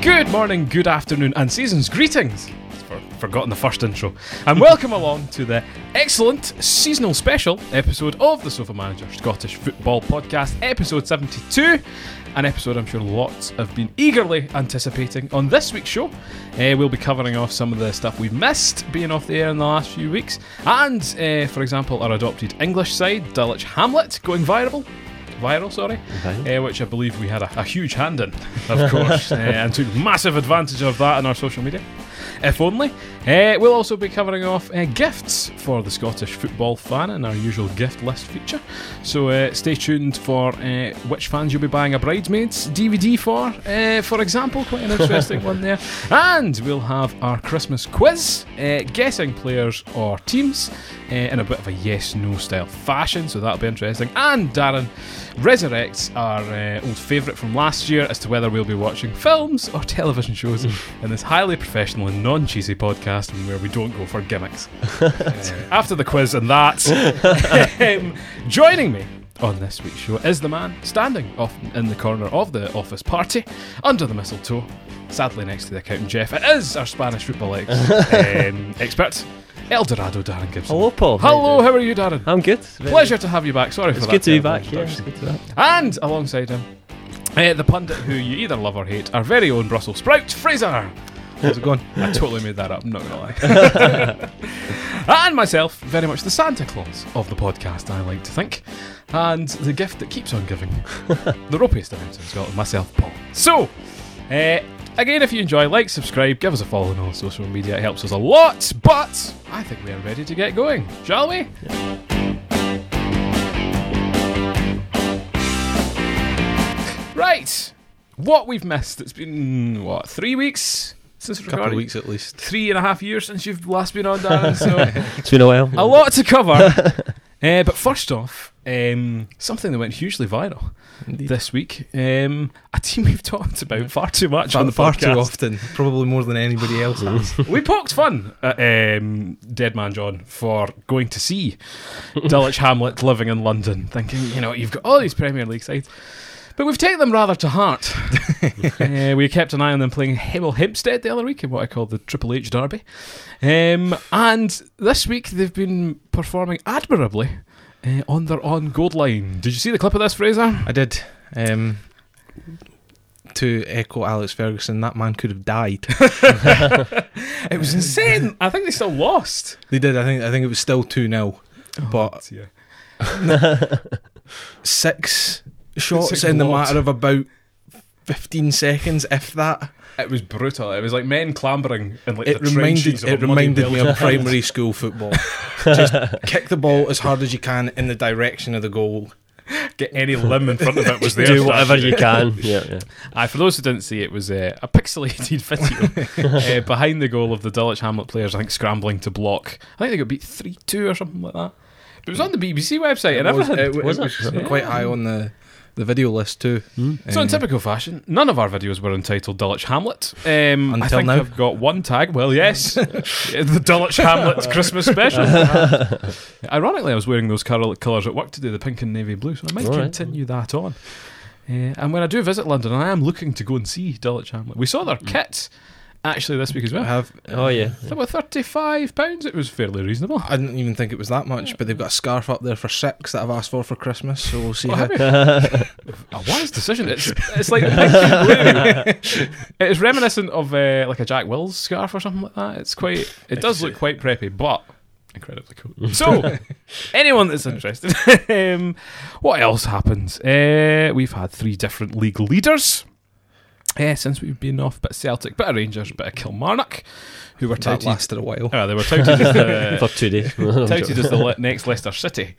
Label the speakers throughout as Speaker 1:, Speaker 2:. Speaker 1: Good morning, good afternoon, and season's greetings. It's for- Forgotten the first intro. And welcome along to the excellent seasonal special episode of the Sofa Manager Scottish Football Podcast, episode 72. An episode I'm sure lots have been eagerly anticipating. On this week's show, eh, we'll be covering off some of the stuff we've missed being off the air in the last few weeks. And, eh, for example, our adopted English side, Dulwich Hamlet, going viral viral, sorry, uh, which I believe we had a, a huge hand in, of course, uh, and took massive advantage of that in our social media. If only. Uh, we'll also be covering off uh, gifts for the Scottish football fan in our usual gift list feature. So uh, stay tuned for uh, which fans you'll be buying a Bridesmaids DVD for, uh, for example. Quite an interesting one there. And we'll have our Christmas quiz, uh, guessing players or teams uh, in a bit of a yes no style fashion. So that'll be interesting. And Darren resurrects our uh, old favourite from last year as to whether we'll be watching films or television shows in this highly professional and non cheesy podcast where we don't go for gimmicks. Uh, after the quiz and that, um, joining me on this week's show is the man standing off in the corner of the office party under the mistletoe, sadly next to the accountant Jeff. It is our Spanish football ex- um, expert, El Dorado Darren Gibson.
Speaker 2: Hello, Oh, Paul. How you
Speaker 1: Hello,
Speaker 2: doing?
Speaker 1: how are you, Darren?
Speaker 2: I'm good. Very-
Speaker 1: Pleasure to have you back. Sorry
Speaker 2: It's
Speaker 1: for that.
Speaker 2: good to be
Speaker 1: terrible
Speaker 2: back. Yeah,
Speaker 1: introduction.
Speaker 2: it's good to be back.
Speaker 1: And alongside him, eh, the pundit who you either love or hate, our very own Brussels sprout, Fraser. How's it going? I totally made that up, I'm not gonna lie. and myself, very much the Santa Claus of the podcast, I like to think. And the gift that keeps on giving, the ropiest announcer in Scotland, myself, Paul. So, eh, again, if you enjoy, like, subscribe, give us a follow on all social media, it helps us a lot. But I think we are ready to get going, shall we? Right. What we've missed. It's been what three weeks since
Speaker 3: couple
Speaker 1: recording?
Speaker 3: of weeks at least.
Speaker 1: Three and a half years since you've last been on, Darren. So
Speaker 2: It's been a while.
Speaker 1: a lot to cover. uh, but first off, um, something that went hugely viral this week. Um, a team we've talked about far too much on the
Speaker 3: far
Speaker 1: podcast.
Speaker 3: too often, probably more than anybody else has.
Speaker 1: we poked fun at um, Dead Man John for going to see Dulwich Hamlet living in London, thinking, you know, you've got all these Premier League sides. But we've taken them rather to heart. Uh, we kept an eye on them playing Hemel Hempstead the other week in what I call the Triple H Derby. Um, and this week they've been performing admirably uh, on their own goal line. Did you see the clip of this, Fraser?
Speaker 3: I did. Um, to echo Alex Ferguson, that man could have died.
Speaker 1: It was insane. I think they still lost.
Speaker 3: They did. I think. I think it was still two 0
Speaker 1: Oh.
Speaker 3: but
Speaker 1: Yeah.
Speaker 3: six shots
Speaker 1: Six
Speaker 3: in the
Speaker 1: what?
Speaker 3: matter of about fifteen seconds, if that.
Speaker 1: It was brutal. It was like men clambering and like
Speaker 3: it
Speaker 1: the
Speaker 3: reminded.
Speaker 1: trenches
Speaker 3: It
Speaker 1: of a muddy
Speaker 3: reminded me
Speaker 1: Belgian
Speaker 3: of
Speaker 1: pond.
Speaker 3: primary school football. Just kick the ball as hard as you can in the direction of the goal.
Speaker 1: Get any limb in front of it was there.
Speaker 2: Do whatever you can. Yeah, yeah.
Speaker 1: Aye, for those who didn't see, it was uh, a pixelated video uh, behind the goal of the Dulwich Hamlet players. I think scrambling to block. I think they got beat three two or something like that. It was on the BBC website and
Speaker 3: It was,
Speaker 1: everything.
Speaker 3: it, it
Speaker 2: was it?
Speaker 3: was
Speaker 1: Yeah. Hmm.
Speaker 3: quite high on the, the video list too.
Speaker 1: So in
Speaker 3: Um,
Speaker 1: typical fashion, none of our videos were entitled Dulwich Hamlet. Um, I
Speaker 3: Until
Speaker 1: think
Speaker 3: now.
Speaker 1: I've got one tag. Well, yes, the Dulwich Hamlet Christmas special. Ironically, I was wearing those colour colours at work today, the pink and navy blue. So I might
Speaker 2: All right.
Speaker 1: continue that on. Uh, and when I do visit London, I am looking to go and see Dulwich Hamlet. We saw their
Speaker 3: Mm.
Speaker 1: kit actually this week as
Speaker 3: I
Speaker 1: well.
Speaker 3: have um,
Speaker 2: Oh yeah.
Speaker 1: They were thirty-five pounds. It was fairly reasonable.
Speaker 3: I didn't even think it was that much, but they've got a scarf up there for six that I've asked for for Christmas. So we'll see
Speaker 2: Oh,
Speaker 1: Well,
Speaker 3: how.
Speaker 1: have you- a wise decision. It's it's like the pink and blue. it's reminiscent of uh, like a Jack Wills scarf or something like that. It's quite. It does look quite preppy, but incredibly cool. So, anyone that's interested, um, what else happened? Uh, we've had three different league leaders. Uh, since we've been off, bit of Celtic, bit of Rangers, bit of Kilmarnock, who were
Speaker 3: That
Speaker 1: touted.
Speaker 3: lasted a while.
Speaker 1: Ah, they were touted as the-
Speaker 2: For two days.
Speaker 1: touted as the le- next Leicester City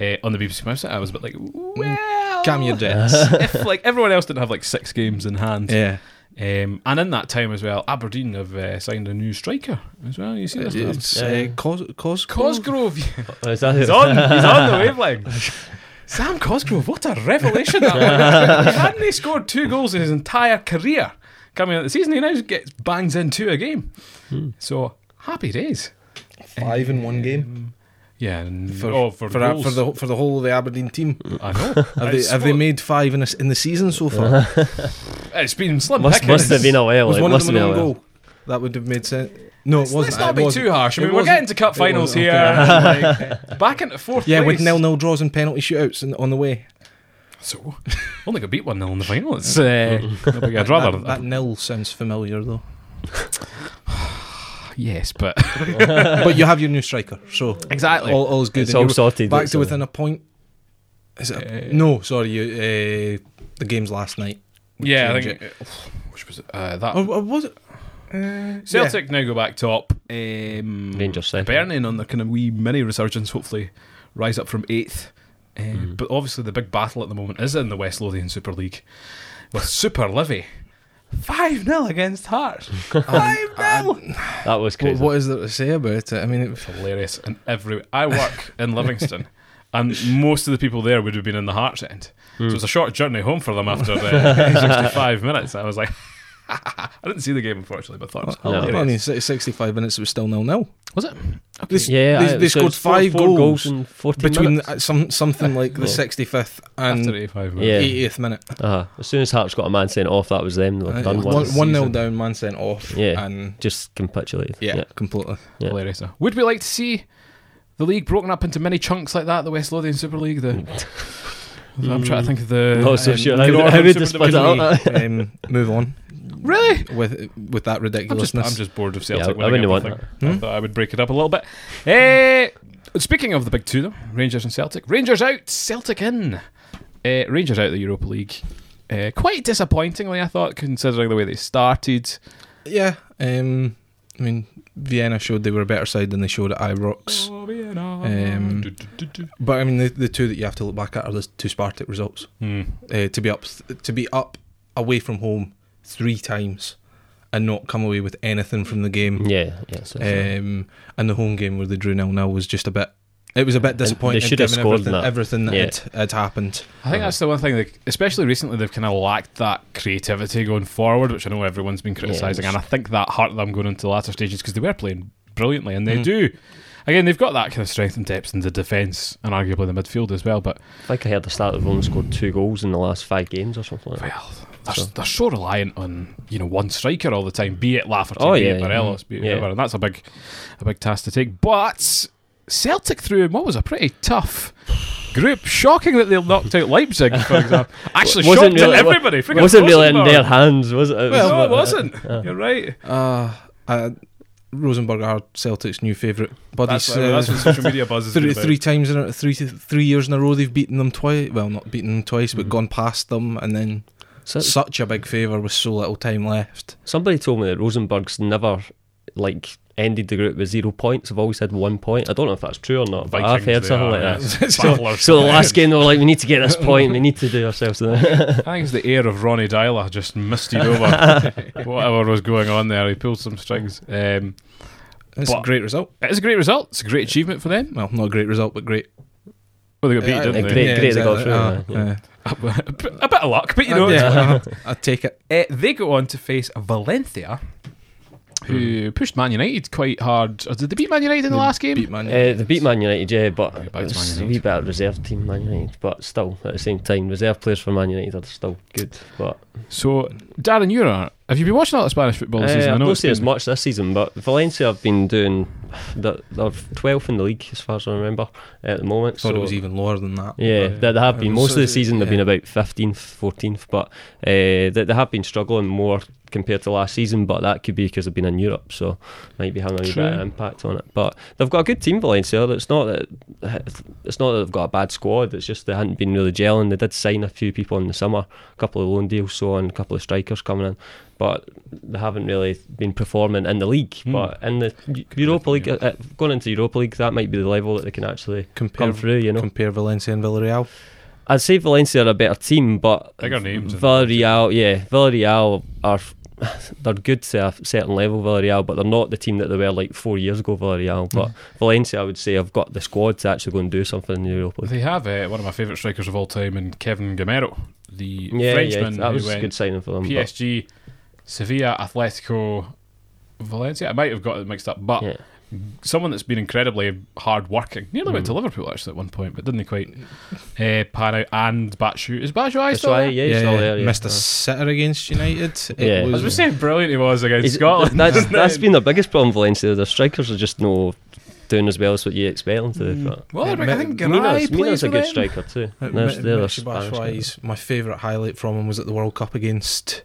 Speaker 1: uh, on the BBC website. I was a bit like,
Speaker 2: Oh.
Speaker 1: well,
Speaker 3: Mm, Calm your jets.
Speaker 1: if like everyone else didn't have like six games in hand,
Speaker 3: yeah,
Speaker 1: um, and in that time as well, Aberdeen have uh, signed a new striker as well. You see this? stuff?
Speaker 3: it's
Speaker 2: Yeah.
Speaker 3: uh, Cos Cos
Speaker 1: Cosgrove,
Speaker 2: Oh, is that
Speaker 1: he's
Speaker 2: it?
Speaker 1: on, he's on the wavelength. Sam Cosgrove, what a revelation that was! he hadn't he scored two goals in his entire career coming out the season. He now gets
Speaker 3: Hmm.
Speaker 1: bangs in two a game, so happy days.
Speaker 3: five in one game.
Speaker 1: Yeah, and,
Speaker 3: for
Speaker 1: oh, for,
Speaker 3: for, a-
Speaker 1: goals.
Speaker 3: for the for the whole of the Aberdeen team.
Speaker 2: Mm.
Speaker 1: I know.
Speaker 3: Have they
Speaker 1: It's
Speaker 3: have they
Speaker 1: spo-
Speaker 3: made five in, a, in the season so far?
Speaker 1: It's been slim
Speaker 2: Must,
Speaker 1: pickings.
Speaker 2: must have been a while.
Speaker 3: was
Speaker 2: Uh-huh. It
Speaker 3: one of
Speaker 2: must
Speaker 3: them
Speaker 2: have
Speaker 3: an
Speaker 2: been a
Speaker 3: own
Speaker 2: while.
Speaker 3: goal? That would have made sense. No, it wasn't.
Speaker 1: Let's not
Speaker 3: It
Speaker 1: be
Speaker 3: wasn't.
Speaker 1: too harsh. I
Speaker 3: It
Speaker 1: mean, we're
Speaker 3: wasn't.
Speaker 1: getting to cup
Speaker 3: It
Speaker 1: finals
Speaker 3: wasn't.
Speaker 1: here.
Speaker 3: Okay.
Speaker 1: like, back into fourth
Speaker 3: Yeah,
Speaker 1: place.
Speaker 3: with nil nil draws and penalty shootouts in, on the way.
Speaker 1: So, only got beat 1 0 in the final. It's, uh, no big- I'd rather.
Speaker 3: that, that nil sounds familiar though.
Speaker 1: yes, but.
Speaker 3: but you have your new striker, so
Speaker 1: Exactly.
Speaker 3: all, all's good.
Speaker 2: It's
Speaker 3: And
Speaker 2: all
Speaker 3: you were
Speaker 2: sorted.
Speaker 3: Back
Speaker 2: it's
Speaker 3: to
Speaker 2: all-
Speaker 3: within a point. Is it?
Speaker 1: Eh.
Speaker 3: A, no, sorry. You, uh, the game's last night. We
Speaker 1: yeah, I
Speaker 3: change
Speaker 1: think.
Speaker 3: it. Oh,
Speaker 1: Which was it? uh, that.
Speaker 3: Or, or was it? Uh,
Speaker 1: Eh, Celtic now go back top. Um,
Speaker 2: Rangers second.
Speaker 1: Burning on their kind of wee mini resurgence, hopefully rise up from eighth. Uh, But obviously, the big battle at the moment is in the West Lothian Super League with Super Livy. 5 0 against Hearts. 5
Speaker 3: Ah,
Speaker 1: 0!
Speaker 2: That was
Speaker 3: Yeah.
Speaker 2: crazy.
Speaker 3: What, Um, what is there to say about it? I mean, it,
Speaker 1: hilarious and every I work in Livingston and most of the people there would have been in the Hearts end so it's a short journey home for them after uh, 65 minutes I was like I didn't see the game unfortunately but I thought it was
Speaker 2: No.
Speaker 1: hilarious
Speaker 3: I mean, si- sixty-five minutes it was still nil nil.
Speaker 1: was it?
Speaker 3: They, s-
Speaker 2: yeah,
Speaker 3: they,
Speaker 2: I-
Speaker 3: they
Speaker 2: so
Speaker 3: scored
Speaker 2: it's four-
Speaker 3: five
Speaker 2: four
Speaker 3: goals,
Speaker 2: goals in 14
Speaker 3: between
Speaker 2: minutes.
Speaker 3: uh, some something like the
Speaker 2: Yeah.
Speaker 3: sixty-fifth
Speaker 1: after
Speaker 3: and
Speaker 1: 85 minutes
Speaker 2: Yeah.
Speaker 3: eightieth minute.
Speaker 2: uh-huh. As soon as Hart's got a man sent off, that was them. They were
Speaker 3: Uh,
Speaker 2: done
Speaker 3: one
Speaker 2: once.
Speaker 3: one nil
Speaker 1: season.
Speaker 3: down, man sent off.
Speaker 2: Yeah.
Speaker 3: and
Speaker 2: Just capitulated.
Speaker 3: yeah, completely.
Speaker 2: Yeah.
Speaker 1: hilarious would we like to see the league broken up into many chunks like that the West Lothian Super League the I'm trying to think of the
Speaker 3: Uh,
Speaker 2: Not Oh, so
Speaker 1: um,
Speaker 2: sure. How,
Speaker 1: Northern
Speaker 2: how would
Speaker 1: Super
Speaker 2: they split it
Speaker 1: Division.
Speaker 2: up?
Speaker 3: um, move on
Speaker 1: really
Speaker 3: with with that
Speaker 1: I'm just,
Speaker 3: ridiculousness.
Speaker 1: I'm just bored of
Speaker 2: Yeah,
Speaker 1: Celtic.
Speaker 2: I- I
Speaker 1: winning
Speaker 2: wouldn't want Hmm?
Speaker 1: everything.
Speaker 3: that.
Speaker 1: I thought I would break it up a little bit. Eh, speaking of the big two, though, Rangers and Celtic. Rangers out, Celtic in. Eh, Rangers out of the Europa League. Eh, quite disappointingly, I thought, considering the way they started.
Speaker 3: Yeah, um, I mean Vienna showed they were a better side than they showed at Ibrox, Um, but I mean the, the two that you have to look back at are the two Spartak results.
Speaker 1: Hmm.
Speaker 3: Uh, to be up to be up away from home three times and not come away with anything from the game,
Speaker 2: Yeah, yeah. So,
Speaker 3: um, and the home game where they drew nil nil was just a bit. It was a bit disappointing.
Speaker 2: should have
Speaker 3: given
Speaker 2: scored
Speaker 3: everything,
Speaker 2: that.
Speaker 3: everything that
Speaker 2: Yeah.
Speaker 3: had, had happened.
Speaker 1: I think that's the one thing, that, especially recently, they've kind of lacked that creativity going forward, which I know everyone's been criticising,
Speaker 2: Yes.
Speaker 1: and I think that hurt them going into the latter stages because they were playing brilliantly, and they do. Again, they've got that kind of strength and depth in the defence and arguably the midfield as well, but
Speaker 2: I think I heard the start of only scored two goals in the last five games or something like that.
Speaker 1: well, they're, they're so reliant on you know one striker all the time, be it Lafferty,
Speaker 2: Oh,
Speaker 1: be it
Speaker 2: yeah,
Speaker 1: Morelos,
Speaker 2: yeah.
Speaker 1: be it
Speaker 2: Yeah.
Speaker 1: whoever, and that's a big, a big task to take. But Celtic through in what was a pretty tough group. Shocking that they knocked out Leipzig, for example. Actually,
Speaker 2: Wasn't
Speaker 1: shocked at
Speaker 2: really- wa-
Speaker 1: everybody.
Speaker 2: It
Speaker 1: Friggin'
Speaker 2: wasn't really in
Speaker 1: Rosenborg.
Speaker 2: their hands, was uh, it? it
Speaker 1: Well, no, it
Speaker 2: was,
Speaker 1: wasn't. You're right.
Speaker 3: Uh, uh, Rosenborg are Celtic's new favourite buddies.
Speaker 1: That's, what- that's what social media buzz is
Speaker 3: three,
Speaker 1: about.
Speaker 3: three times in a, three to- three years in a row they've beaten them twice. Well, not beaten them twice,
Speaker 1: Hmm.
Speaker 3: but gone past them, and then
Speaker 2: So-
Speaker 3: such a big favour with so little time left.
Speaker 2: Somebody told me that Rosenberg's never like ended the group with zero points. I've always had one point. I don't know if that's true or not, but I've
Speaker 1: Vikings,
Speaker 2: heard
Speaker 1: they
Speaker 2: something
Speaker 1: are,
Speaker 2: like
Speaker 1: yeah.
Speaker 2: that.
Speaker 1: Battlers.
Speaker 2: So the last game they were like, we need to get this point. We need to do ourselves. The
Speaker 1: I think it's the air of Ronnie Dyler just misted over whatever was going on there. He pulled some strings. Um,
Speaker 3: It's a
Speaker 1: But-
Speaker 3: great result.
Speaker 1: it is a great result. It's a great achievement for them.
Speaker 3: Well, not a great result, but great.
Speaker 1: Well, they got beat,
Speaker 3: Uh,
Speaker 1: didn't
Speaker 2: great-
Speaker 1: they?
Speaker 2: great they got
Speaker 3: exactly.
Speaker 2: through,
Speaker 3: Uh,
Speaker 2: yeah, yeah.
Speaker 3: yeah.
Speaker 1: a bit of luck, but you know.
Speaker 3: Uh,
Speaker 1: it's-
Speaker 3: yeah, I take it.
Speaker 1: Uh, they go on to face Valencia, who pushed Man United quite hard. Or did Hmm. they beat Man United in the last game?
Speaker 3: Beat Man.
Speaker 2: uh, they beat Man United, yeah, but
Speaker 1: Okay, back to Man
Speaker 2: it's a
Speaker 1: United.
Speaker 2: wee bit of reserve team Man United. But still, at the same time, reserve players for Man United are still good. But
Speaker 1: so, Darren, you're on. Have you been watching all the Spanish football this
Speaker 2: Uh,
Speaker 1: season?
Speaker 2: I don't see
Speaker 1: been-
Speaker 2: as much this season, but Valencia have been doing. They're they're 12th in the league, as far as I remember, uh, at the moment.
Speaker 3: Thought
Speaker 2: so
Speaker 3: it was even lower than that.
Speaker 2: Yeah, they, they have
Speaker 3: I
Speaker 2: been.
Speaker 3: was-
Speaker 2: Most of the season they've
Speaker 3: yeah.
Speaker 2: been about 15th, 14th, but uh, they, they have been struggling more compared to last season, but that could be because they've been in Europe, so might be having a wee bit of
Speaker 1: True.
Speaker 2: impact on it. But they've got a good team, Valencia. It's not that it's not that they've got a bad squad, it's just they hadn't been really gelling. They did sign a few people in the summer, a couple of loan deals, so on, a couple of strikers coming in, but they haven't really been performing in the league.
Speaker 1: Hmm.
Speaker 2: But in the Eu- Europa League, uh, uh, going into Europa League, that might be the level that they can actually
Speaker 3: Compare,
Speaker 2: come through, you know.
Speaker 3: compare Valencia and Villarreal.
Speaker 2: I'd say Valencia are a better team, but
Speaker 1: Bigger names in
Speaker 2: Villarreal, yeah, Villarreal are they're good to a certain level. Villarreal, but they're not the team that they were like four years ago. Villarreal, but
Speaker 1: Mm.
Speaker 2: Valencia, I would say, have got the squad to actually go and do something in the Europa. League.
Speaker 1: They have uh, one of my favourite strikers of all time in Kevin Gamero, the
Speaker 2: Yeah, yeah,
Speaker 1: Frenchman
Speaker 2: that was
Speaker 1: who
Speaker 2: a
Speaker 1: went
Speaker 2: good signing for them. but-
Speaker 1: PSG, Sevilla, Atletico, Valencia. I might have got it mixed up, but
Speaker 2: yeah.
Speaker 1: someone that's been incredibly hard working. Nearly went to
Speaker 2: Mm.
Speaker 1: Liverpool actually at one point, but didn't quite uh, pan out. And Batshuayi is Batshuayi
Speaker 2: That's
Speaker 1: still
Speaker 2: why,
Speaker 1: there?
Speaker 2: yeah, he's still there. Yeah. Uh-huh.
Speaker 3: missed a sitter against United.
Speaker 2: Yeah.
Speaker 1: I was going to say how brilliant he was against
Speaker 2: He's-
Speaker 1: Scotland.
Speaker 2: That's,
Speaker 1: isn't
Speaker 2: that's
Speaker 1: it?
Speaker 2: been the biggest problem for Valencia. Their strikers are just no doing as well as what you expect them to. do. But
Speaker 1: well, Mm. I
Speaker 3: Yeah,
Speaker 1: think
Speaker 2: Mina's,
Speaker 1: Garay plays
Speaker 2: Mina's a
Speaker 1: for
Speaker 2: good
Speaker 1: them. Uh,
Speaker 2: striker too.
Speaker 3: It
Speaker 2: There's-
Speaker 3: mi-
Speaker 2: they're a
Speaker 3: makes you blush
Speaker 2: Spanish
Speaker 3: why
Speaker 2: guy.
Speaker 3: he's- my favourite highlight from him was at the World Cup against.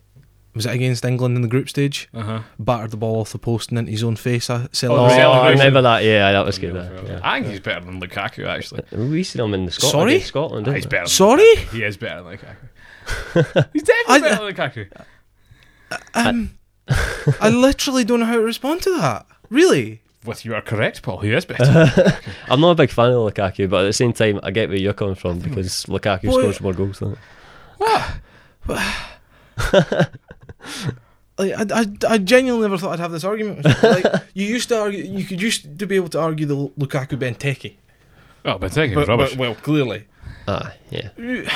Speaker 3: Was it against England in the group stage?
Speaker 1: Uh-huh.
Speaker 3: Battered the ball off the post and into his own face. I
Speaker 2: Oh,
Speaker 1: the
Speaker 3: celebrated.
Speaker 2: I
Speaker 1: celebration.
Speaker 2: remember that. Yeah, that was good. uh, yeah.
Speaker 1: I think he's better than Lukaku actually.
Speaker 2: We seen him in Scotland.
Speaker 3: Sorry? Ah,
Speaker 2: against Scotland.
Speaker 1: he's
Speaker 2: Didn't we?
Speaker 1: better. Than,
Speaker 3: Sorry,
Speaker 1: he is better than Lukaku. he's definitely
Speaker 3: I-
Speaker 1: better than Lukaku.
Speaker 3: um, I literally don't know how to respond to that. Really,
Speaker 1: With you are correct, Paul. He is better.
Speaker 2: I'm not a big fan of Lukaku, but at the same time, I get where you're coming from because Lukaku
Speaker 3: Well,
Speaker 2: scores more goals than.
Speaker 3: like I, I, I genuinely never thought I'd have this argument. Like you used to argue, you could used to be able to argue the Lukaku Benteke,
Speaker 1: oh, Benteke was
Speaker 3: but,
Speaker 1: rubbish.
Speaker 3: but well, clearly,
Speaker 2: Ah, yeah.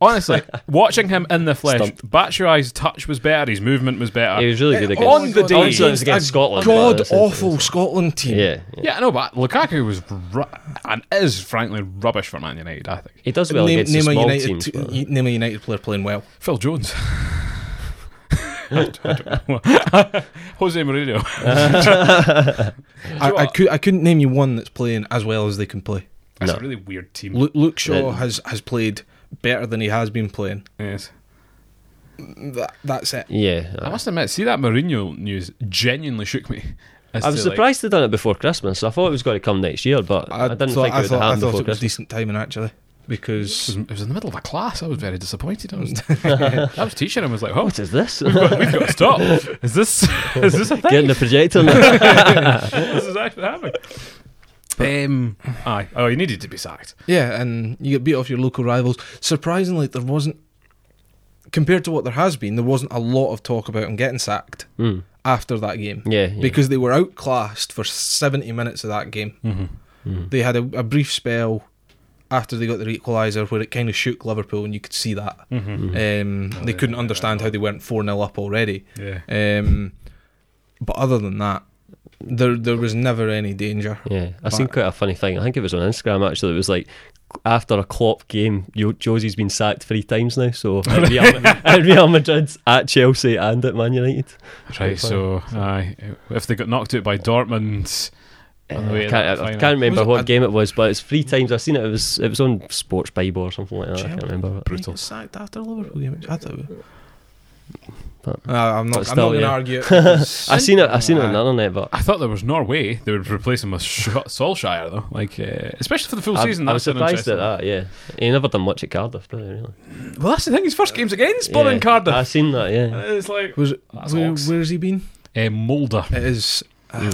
Speaker 1: Honestly, watching him in the flesh,
Speaker 2: Stumped.
Speaker 1: Batshuayi's touch was better. His movement was better.
Speaker 2: He was really good
Speaker 3: Eh,
Speaker 2: against.
Speaker 1: on the day-
Speaker 2: Obviously, it was against
Speaker 3: a
Speaker 2: Scotland. but
Speaker 3: god
Speaker 2: it's- it's-
Speaker 3: awful Scotland team.
Speaker 2: Yeah, yeah.
Speaker 1: Yeah, I know, but Lukaku was ru- and is frankly rubbish for Man United. I think
Speaker 2: He does well
Speaker 3: name,
Speaker 2: against
Speaker 3: name
Speaker 2: the
Speaker 3: a
Speaker 2: small
Speaker 3: United,
Speaker 2: teams.
Speaker 3: t-
Speaker 2: but-
Speaker 3: y- name a United player playing well.
Speaker 1: Phil Jones. I don't- I don't know. Jose Mourinho.
Speaker 3: I, I, could, I couldn't name you one that's playing as well as they can play.
Speaker 1: That's
Speaker 2: No.
Speaker 1: a really weird team.
Speaker 3: Luke, Luke Shaw
Speaker 2: Yeah.
Speaker 3: has, has played better than he has been playing.
Speaker 1: yes.
Speaker 3: That, that's it.
Speaker 2: yeah,
Speaker 1: I must admit, see that Mourinho news genuinely shook me. as
Speaker 2: I was
Speaker 1: to, like-
Speaker 2: surprised they done it before Christmas. I thought it was going to come next year, but I, didn't
Speaker 3: thought,
Speaker 2: think it
Speaker 3: I
Speaker 2: would
Speaker 3: thought, I
Speaker 2: happen
Speaker 3: thought
Speaker 2: before
Speaker 3: it was
Speaker 2: Christmas.
Speaker 3: decent timing actually
Speaker 1: it
Speaker 3: because
Speaker 1: was, it was in the middle of a class. I was very disappointed. I was, I was teaching him. I was like, "Oh,
Speaker 2: What is this?
Speaker 1: we've got to stop. Is this is this a thing?
Speaker 2: Getting the projector now.
Speaker 1: this is actually happening." Um, aye. Oh, he needed to be sacked.
Speaker 3: yeah, and you get beat off your local rivals. Surprisingly, there wasn't compared to what there has been. There wasn't a lot of talk about him getting sacked
Speaker 2: Mm.
Speaker 3: after that game
Speaker 2: Yeah, yeah.
Speaker 3: because they were outclassed for seventy minutes of that game.
Speaker 1: Mm-hmm.
Speaker 3: They had a, a brief spell after they got their equaliser where it kind of shook Liverpool, and you could see that.
Speaker 1: Mm-hmm.
Speaker 3: Um,
Speaker 1: Oh,
Speaker 3: they
Speaker 1: yeah,
Speaker 3: couldn't
Speaker 1: yeah,
Speaker 3: understand how they weren't four 0 up already.
Speaker 1: Yeah.
Speaker 3: Um, but other than that, there there was never any danger.
Speaker 2: yeah, I seen quite a funny thing. I think it was on Instagram actually. It was like after a Klopp game, Yo- Josie's been sacked three times now. So at Real, at Real Madrid, at Chelsea, and at Man United.
Speaker 1: Right, so aye, if they got knocked out by Dortmund, on the way
Speaker 2: I
Speaker 1: to
Speaker 2: can't,
Speaker 1: that
Speaker 2: I, I
Speaker 1: final.
Speaker 2: can't remember
Speaker 3: Was it-
Speaker 2: what
Speaker 3: I-
Speaker 2: game it was, but it's three times I've seen it. It was it was on Sports Bible or something like that. I can't
Speaker 3: Champions
Speaker 2: remember.
Speaker 3: He
Speaker 1: brutal.
Speaker 3: got sacked after Liverpool game. I thought.
Speaker 2: But-
Speaker 3: Uh, I'm not.
Speaker 2: but
Speaker 3: I'm not
Speaker 2: still,
Speaker 3: going to
Speaker 2: yeah.
Speaker 3: argue. It because-
Speaker 2: I seen it. I seen it on the
Speaker 3: Aye.
Speaker 2: internet, but
Speaker 1: I thought there was Norway. They would replace him with Sh- Solskjaer, though. Like, uh, especially for the full
Speaker 2: I,
Speaker 1: season.
Speaker 2: I was
Speaker 1: that's been
Speaker 2: surprised at
Speaker 1: interesting.
Speaker 2: that. Yeah, he never done much at Cardiff, did he? Really?
Speaker 1: Well, that's the thing. His first game's against
Speaker 2: Yeah,
Speaker 1: Blooming Cardiff. Uh,
Speaker 2: I seen that. Yeah,
Speaker 1: it's like
Speaker 3: Was it-
Speaker 1: That's
Speaker 3: where,
Speaker 1: Hawks.
Speaker 3: where's he been?
Speaker 1: uh, Mulder.
Speaker 3: It is. uh,
Speaker 1: Who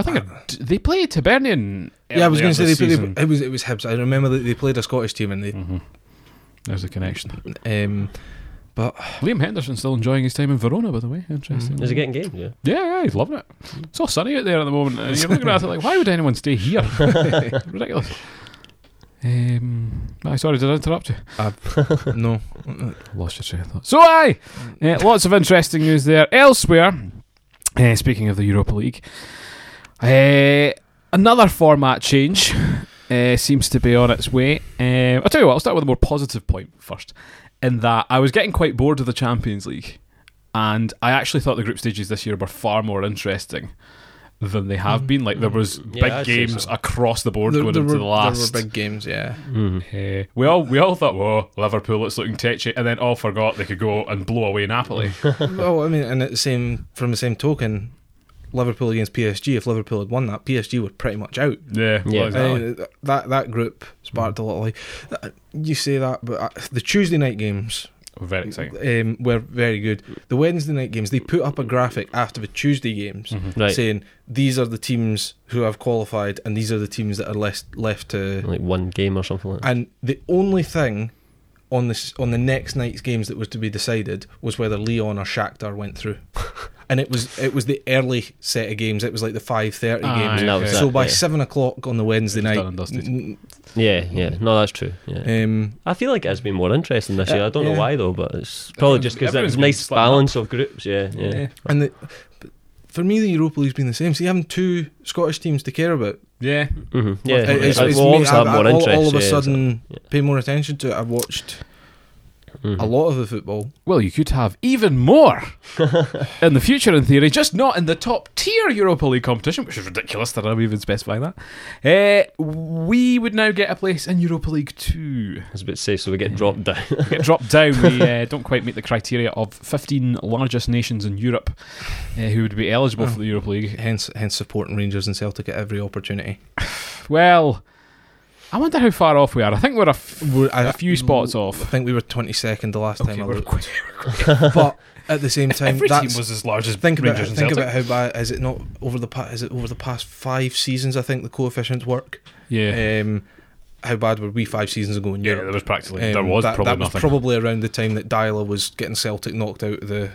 Speaker 1: I think are- d- they play Hibernian.
Speaker 3: yeah, I was going to say they
Speaker 1: played.
Speaker 3: played, it was it was Hibs. I remember that they played a Scottish team and they.
Speaker 1: There's a connection.
Speaker 3: Um, but
Speaker 1: Liam Henderson's still enjoying his time in Verona, by the way. Interesting.
Speaker 2: Mm. is he getting game? Yeah.
Speaker 1: Yeah, yeah, he's loving it. It's all sunny out there at the moment, and you're looking at it like, why would anyone stay here? Ridiculous. Um, aye, sorry, did I interrupt you?
Speaker 3: no,
Speaker 1: Lost your train of thought. So, aye, eh, lots of interesting news there. Elsewhere, eh, speaking of the Europa League, eh, another format change eh, seems to be on its way. Eh, I'll tell you what, I'll start with a more positive point first, in that I was getting quite bored of the Champions League, and I actually thought the group stages this year were far more interesting than they have
Speaker 3: Mm.
Speaker 1: been. Like, there was
Speaker 2: Yeah,
Speaker 1: big
Speaker 2: I'd say
Speaker 1: games
Speaker 2: so.
Speaker 1: across the board
Speaker 3: there,
Speaker 1: going
Speaker 3: there
Speaker 1: into
Speaker 3: were,
Speaker 1: the last.
Speaker 3: there were big games. Yeah,
Speaker 2: Mm.
Speaker 1: Uh, we all we all thought, whoa, Liverpool, it's looking tetchy, and then all forgot they could go and blow away Napoli.
Speaker 3: well, I mean, and at the same from the same token, Liverpool against PSG. If Liverpool had won that, PSG were pretty much out.
Speaker 1: yeah, well,
Speaker 2: Yeah.
Speaker 1: exactly.
Speaker 3: Uh, th- that that group sparked a lot of life. Uh, You say that, but uh, the Tuesday night games
Speaker 1: Very exciting.
Speaker 3: um, were very good. The Wednesday night games, they put up a graphic after the Tuesday games
Speaker 1: Mm-hmm.
Speaker 2: Right.
Speaker 3: saying these are the teams who have qualified and these are the teams that are left left to.
Speaker 2: Like one game or something like that.
Speaker 3: And the only thing on this on the next night's games that was to be decided was whether Leon or Shakhtar went through. And it was it was the early set of games. It was like the five thirty
Speaker 1: Aye,
Speaker 3: games.
Speaker 2: And that was
Speaker 1: okay.
Speaker 2: it,
Speaker 3: So by
Speaker 2: yeah.
Speaker 3: seven o'clock on the Wednesday
Speaker 1: Ah, It was
Speaker 3: night,
Speaker 1: done and dusted.
Speaker 3: n-
Speaker 2: yeah, yeah. No, that's true. Yeah.
Speaker 3: um,
Speaker 2: I feel like it has been more interesting this year. I don't
Speaker 3: Uh, Yeah.
Speaker 2: know why though, but it's probably just because it
Speaker 1: Everyone's
Speaker 2: was
Speaker 1: been
Speaker 2: nice
Speaker 1: slapping up.
Speaker 2: balance of groups. Yeah, yeah.
Speaker 3: and the, but for me, the Europa League's been the same. See, having two Scottish teams to care about,
Speaker 1: Yeah.
Speaker 2: hmm Yeah,
Speaker 3: it- it's,
Speaker 2: uh,
Speaker 3: it's
Speaker 2: we'll
Speaker 3: made-
Speaker 2: always have
Speaker 3: I've-
Speaker 2: more
Speaker 3: I've all,
Speaker 2: interest.
Speaker 3: all of a
Speaker 2: yeah, so-
Speaker 3: sudden,
Speaker 2: yeah.
Speaker 3: pay more attention to it. I've watched
Speaker 2: Mhm.
Speaker 3: a lot of the football.
Speaker 1: Well, you could have even more in the future, in theory, just not in the top tier Europa League competition, which is ridiculous that I'm even specifying that. Uh, we would now get a place in Europa League 2.
Speaker 2: I was about to say, so we get dropped down.
Speaker 1: We get dropped down, we uh, don't quite meet the criteria of 15 largest nations in Europe uh, who would be eligible
Speaker 2: Oh.
Speaker 1: for the Europa League.
Speaker 3: Hence, hence supporting Rangers and Celtic at every opportunity.
Speaker 1: Well, I wonder how far off we are. I think we're a, f-
Speaker 3: We're- I-
Speaker 1: a few spots
Speaker 3: I
Speaker 1: off.
Speaker 3: think we were 22nd the last time I
Speaker 1: we're
Speaker 3: looked.
Speaker 1: quite-
Speaker 3: but at the same time,
Speaker 1: Every
Speaker 3: that's,
Speaker 1: team was as large as
Speaker 3: think about
Speaker 1: Rangers
Speaker 3: it,
Speaker 1: and
Speaker 3: think
Speaker 1: Celtic.
Speaker 3: about how bad is it not over the past is it over the past five seasons? I think the coefficients work.
Speaker 1: yeah.
Speaker 3: Um, how bad were we five seasons ago in
Speaker 1: Yeah,
Speaker 3: Europe?
Speaker 1: there was practically there
Speaker 3: Um,
Speaker 1: was
Speaker 3: that,
Speaker 1: probably
Speaker 3: that was
Speaker 1: nothing.
Speaker 3: probably around the time that Diala was getting Celtic knocked out of the.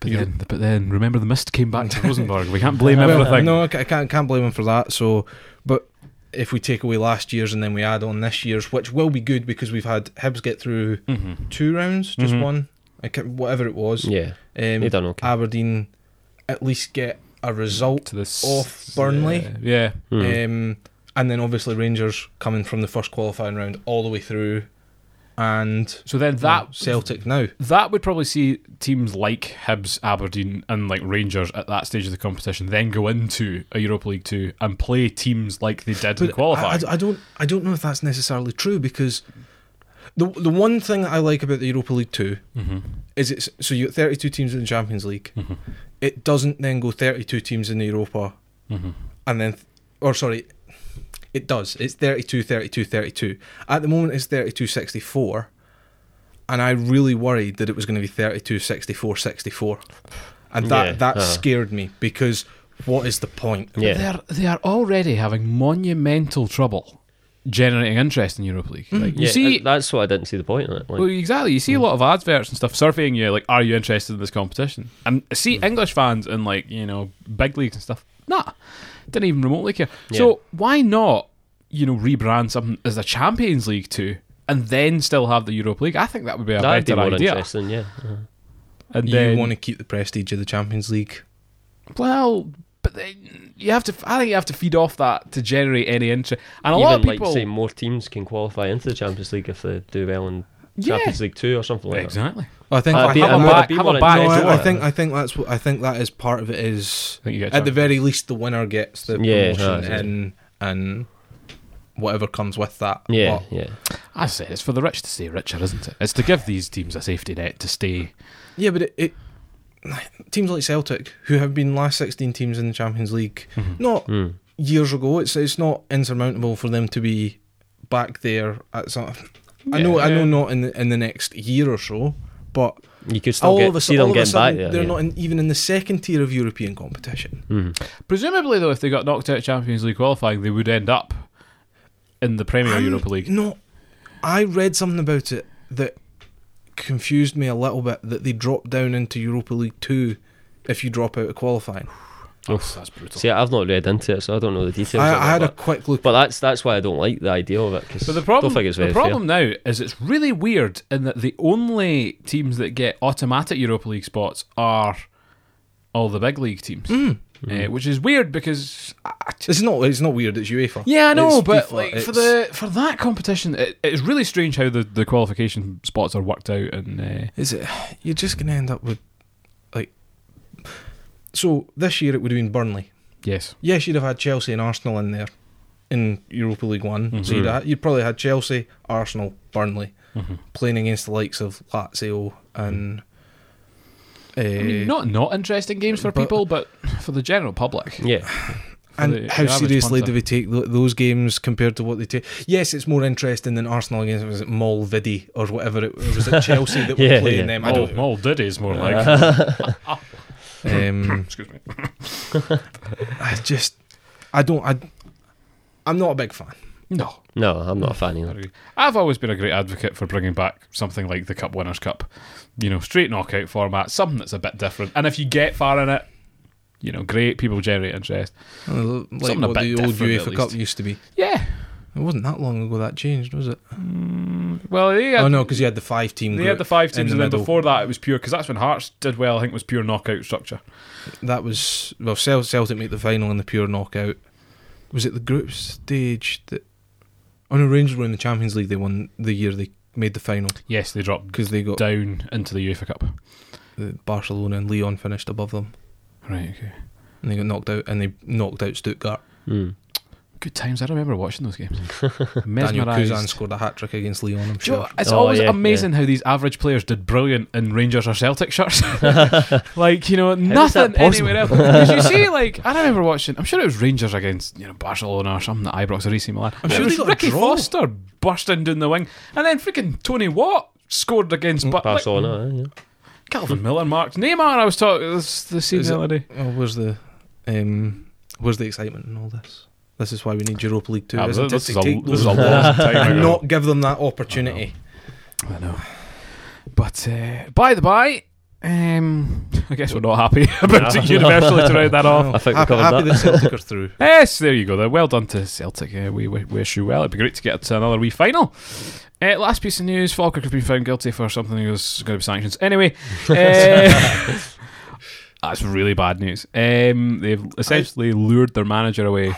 Speaker 1: But
Speaker 3: Yeah.
Speaker 1: then, but then, remember the mist came back to Rosenborg. We can't blame
Speaker 3: Well,
Speaker 1: everything.
Speaker 3: no, I ca- I can't can't blame him for that. So, but if we take away last year's and then we add on this year's, which will be good because we've had Hibs get through
Speaker 1: hmm
Speaker 3: two rounds, just
Speaker 1: Mhm.
Speaker 3: one, I can't, whatever it was.
Speaker 2: yeah,
Speaker 3: Um,
Speaker 2: they done okay.
Speaker 3: Aberdeen at least get a result
Speaker 1: To this
Speaker 3: Off Burnley.
Speaker 1: Yeah,
Speaker 2: Mhm.
Speaker 3: Um, and then obviously Rangers coming from the first qualifying round all the way through, and
Speaker 1: So then
Speaker 3: that
Speaker 1: that
Speaker 3: Celtic now.
Speaker 1: that would probably see teams like Hibs, Aberdeen, and like Rangers at that stage of the competition then go into a Europa League two and play teams like they did in
Speaker 3: I,
Speaker 1: qualifying.
Speaker 3: I- I don't, I don't know if that's necessarily true because the the one thing that I like about the Europa League two
Speaker 2: Mm-hmm.
Speaker 1: hmm
Speaker 3: is it's so you get thirty two teams in the Champions League.
Speaker 1: Mhm.
Speaker 3: It doesn't then go thirty two teams in the Europa
Speaker 1: hmm
Speaker 2: Mm-hmm.
Speaker 3: and then, th- or sorry, it does. It's 32, 32, 32. At the moment, it's 32, 64. And I really worried that it was going to be 32, 64, 64. And that,
Speaker 2: Yeah,
Speaker 3: that
Speaker 2: uh-huh.
Speaker 3: scared me because what is the point?
Speaker 2: yeah.
Speaker 1: They are they are already having monumental trouble generating interest in Europa League. Like, you
Speaker 2: Mm-hmm. yeah,
Speaker 1: see,
Speaker 2: and that's what I didn't see the point Mm. in it. Like,
Speaker 1: Well, exactly. You see a lot of adverts and stuff surveying you, like, "Are you interested in this competition?" And I
Speaker 2: Mm.
Speaker 1: see English fans in like you know big leagues and stuff. Nah, didn't even remotely care.
Speaker 2: Yeah.
Speaker 1: So why not you know rebrand something as a Champions League too, and then still have the Europa League? I think that would be a
Speaker 2: that'd be
Speaker 1: better
Speaker 2: more
Speaker 1: idea.
Speaker 2: interesting. Yeah, Uh-huh.
Speaker 1: And
Speaker 3: you
Speaker 1: then
Speaker 3: want to keep the prestige of the Champions League.
Speaker 1: well, but then you have to. I think you have to feed off that to generate any interest. And a
Speaker 2: even
Speaker 1: lot of
Speaker 2: like
Speaker 1: people
Speaker 2: say more teams can qualify into the Champions League if they do well in
Speaker 1: Yeah.
Speaker 2: Champions League two or something like
Speaker 1: exactly.
Speaker 3: I think
Speaker 2: Uh,
Speaker 3: I
Speaker 2: be-
Speaker 3: have
Speaker 1: Have
Speaker 3: a
Speaker 1: a
Speaker 2: uh,
Speaker 3: back.
Speaker 1: back.
Speaker 2: be
Speaker 1: Have
Speaker 2: more
Speaker 1: a back.
Speaker 3: No,
Speaker 2: into
Speaker 1: door.
Speaker 3: I, I
Speaker 2: it.
Speaker 3: think I think that's what I think that is part of it is
Speaker 1: I think you get a
Speaker 3: at the
Speaker 1: chance.
Speaker 3: very least the winner gets the
Speaker 2: Yeah,
Speaker 3: promotion
Speaker 2: uh,
Speaker 3: and and whatever comes with that.
Speaker 2: that. Yeah,
Speaker 3: But
Speaker 2: yeah.
Speaker 1: I say it's for the rich to stay richer, isn't it? It's to give these teams a safety net to stay.
Speaker 3: Yeah, but it, it teams like Celtic, who have been last sixteen teams in the Champions League, not
Speaker 2: Mm.
Speaker 3: years ago. It's it's not insurmountable for them to be back there at some. I know, I know,
Speaker 1: Yeah.
Speaker 3: not in the, in the next year or so, but
Speaker 2: You could still
Speaker 3: all
Speaker 2: get
Speaker 3: of a,
Speaker 2: see
Speaker 3: sudden,
Speaker 2: them
Speaker 3: all of a
Speaker 2: getting back
Speaker 3: sudden,
Speaker 2: there.
Speaker 3: they're
Speaker 2: yeah.
Speaker 3: not in, even in the second tier of European competition.
Speaker 2: Mhm.
Speaker 1: Presumably, though, if they got knocked out of Champions League qualifying, they would end up in the Premier
Speaker 3: I'm
Speaker 1: Europa League.
Speaker 3: No, I read something about it that confused me a little bit. That they drop down into Europa League two if you drop out of qualifying.
Speaker 2: Oof.
Speaker 1: that's brutal.
Speaker 2: See, I've not read into it, so I don't know the details.
Speaker 3: I,
Speaker 2: of it,
Speaker 3: I had a
Speaker 2: but,
Speaker 3: quick look.
Speaker 2: but that's that's why I don't like the idea of it. Cause
Speaker 1: but the problem,
Speaker 2: don't think it's very
Speaker 1: the problem now is it's really weird in that the only teams that get automatic Europa League spots are all the big league teams, Uh, which is weird because
Speaker 3: It's not. It's not weird. It's UEFA.
Speaker 1: Yeah, I know,
Speaker 3: It's
Speaker 1: but
Speaker 3: FIFA,
Speaker 1: like for
Speaker 3: it's-
Speaker 1: the for that competition, it, it's really strange how the, the qualification spots are worked out. And uh,
Speaker 3: is it? You're just gonna end up with like. So this year it would have been Burnley.
Speaker 1: yes,
Speaker 3: Yes, you'd have had Chelsea and Arsenal in there in Europa League One. So
Speaker 2: Mhm.
Speaker 3: you'd, have, you'd probably had Chelsea, Arsenal, Burnley
Speaker 1: Mhm.
Speaker 3: playing against the likes of Lazio and. Uh,
Speaker 1: I mean, not not interesting games for
Speaker 3: but-
Speaker 1: people, Eh, but for the general public,
Speaker 2: fair. Yeah,
Speaker 3: and
Speaker 1: for the-
Speaker 3: how
Speaker 1: the average
Speaker 3: seriously
Speaker 1: punter.
Speaker 3: do we take th- those games compared to what they take? Yes, it's more interesting than Arsenal against was it Malvidi or whatever it or was it Chelsea that were
Speaker 2: Yeah,
Speaker 3: playing
Speaker 2: yeah.
Speaker 3: them. I
Speaker 1: Mall,
Speaker 3: don't.
Speaker 1: mall diddies more like.
Speaker 3: Um,
Speaker 1: Excuse me.
Speaker 3: I just, I don't, I, I'm not a big fan.
Speaker 1: No,
Speaker 2: no, I'm not a fan
Speaker 1: I
Speaker 2: either.
Speaker 1: agree. I've always been a great advocate for bringing back something like the Cup Winners' Cup, you know, straight knockout format, something that's a bit different. And if you get far in it, you know, great people generate interest.
Speaker 3: Uh, Like
Speaker 1: Something a
Speaker 3: what the
Speaker 1: bit
Speaker 3: old
Speaker 1: different, at
Speaker 3: UEFA Cup
Speaker 1: least.
Speaker 3: used to be.
Speaker 1: Yeah,
Speaker 3: It wasn't that long ago that changed, was it?
Speaker 1: Well, they had,
Speaker 3: oh no, because you had the five team.
Speaker 1: they had the five teams,
Speaker 3: in
Speaker 1: Hmm. and
Speaker 3: the
Speaker 1: then
Speaker 3: middle.
Speaker 1: before that it was pure because that's when Hearts did well. I think it was pure knockout structure.
Speaker 3: that was well, Cel- Celtic made the final in the pure knockout. Was it the group stage that? Oh no, Rangers were in the Champions League. They won the year they made the final
Speaker 1: Yes, they dropped
Speaker 3: because they got
Speaker 1: down into the UEFA Cup.
Speaker 3: the Barcelona and Leon finished above them,
Speaker 1: Right. Okay.
Speaker 3: and they got knocked out. And they knocked out Stuttgart.
Speaker 2: Mm.
Speaker 1: Good times. I remember watching those games.
Speaker 3: Daniel Kuzan
Speaker 1: Mesmerized.
Speaker 3: scored a hat trick against Leon. I'm
Speaker 1: Do you know
Speaker 3: sure.
Speaker 1: what? it's
Speaker 2: Oh,
Speaker 1: always
Speaker 2: yeah,
Speaker 1: amazing how these average players did brilliant in Rangers or Celtic shirts. like, you know, nothing
Speaker 2: possible?
Speaker 1: anywhere else. Because you see, like, I remember watching, I'm sure it was Rangers against, you know, Barcelona or something, the Ibrox or AC Milan. I'm
Speaker 3: Yeah,
Speaker 1: sure
Speaker 3: it
Speaker 1: they
Speaker 3: was
Speaker 1: got
Speaker 3: a
Speaker 1: Ricky
Speaker 3: draw.
Speaker 1: Foster bursting down the wing. And then freaking Tony Watt scored against
Speaker 3: Mm,
Speaker 1: but, like,
Speaker 2: Barcelona, eh, yeah.
Speaker 1: Calvin Miller marked Neymar. I was talking this the same
Speaker 3: Is
Speaker 1: the
Speaker 3: it-
Speaker 1: other day.
Speaker 3: Oh, where's the um, where's the excitement in all this? This is why we need Europa League too.
Speaker 1: Ah,
Speaker 3: isn't
Speaker 1: this is
Speaker 3: it? To
Speaker 1: a-
Speaker 3: take
Speaker 1: this is
Speaker 3: those
Speaker 1: a long time
Speaker 3: and
Speaker 1: ago.
Speaker 3: not give them that opportunity.
Speaker 1: I know. But uh, by the by, um, I guess we're not happy about it universally to round that off.
Speaker 2: I think we
Speaker 3: happy,
Speaker 2: covered
Speaker 3: happy
Speaker 2: that.
Speaker 3: that Celtic are through.
Speaker 1: Yes, there you go. There. Well done to Celtic. Uh, we, we wish you well. It'd be great to get to another wee final. Uh, last piece of news: Falkirk have been found guilty for something that was going to be sanctions. Anyway, uh, that's really bad news. Um, they've essentially lured their manager away,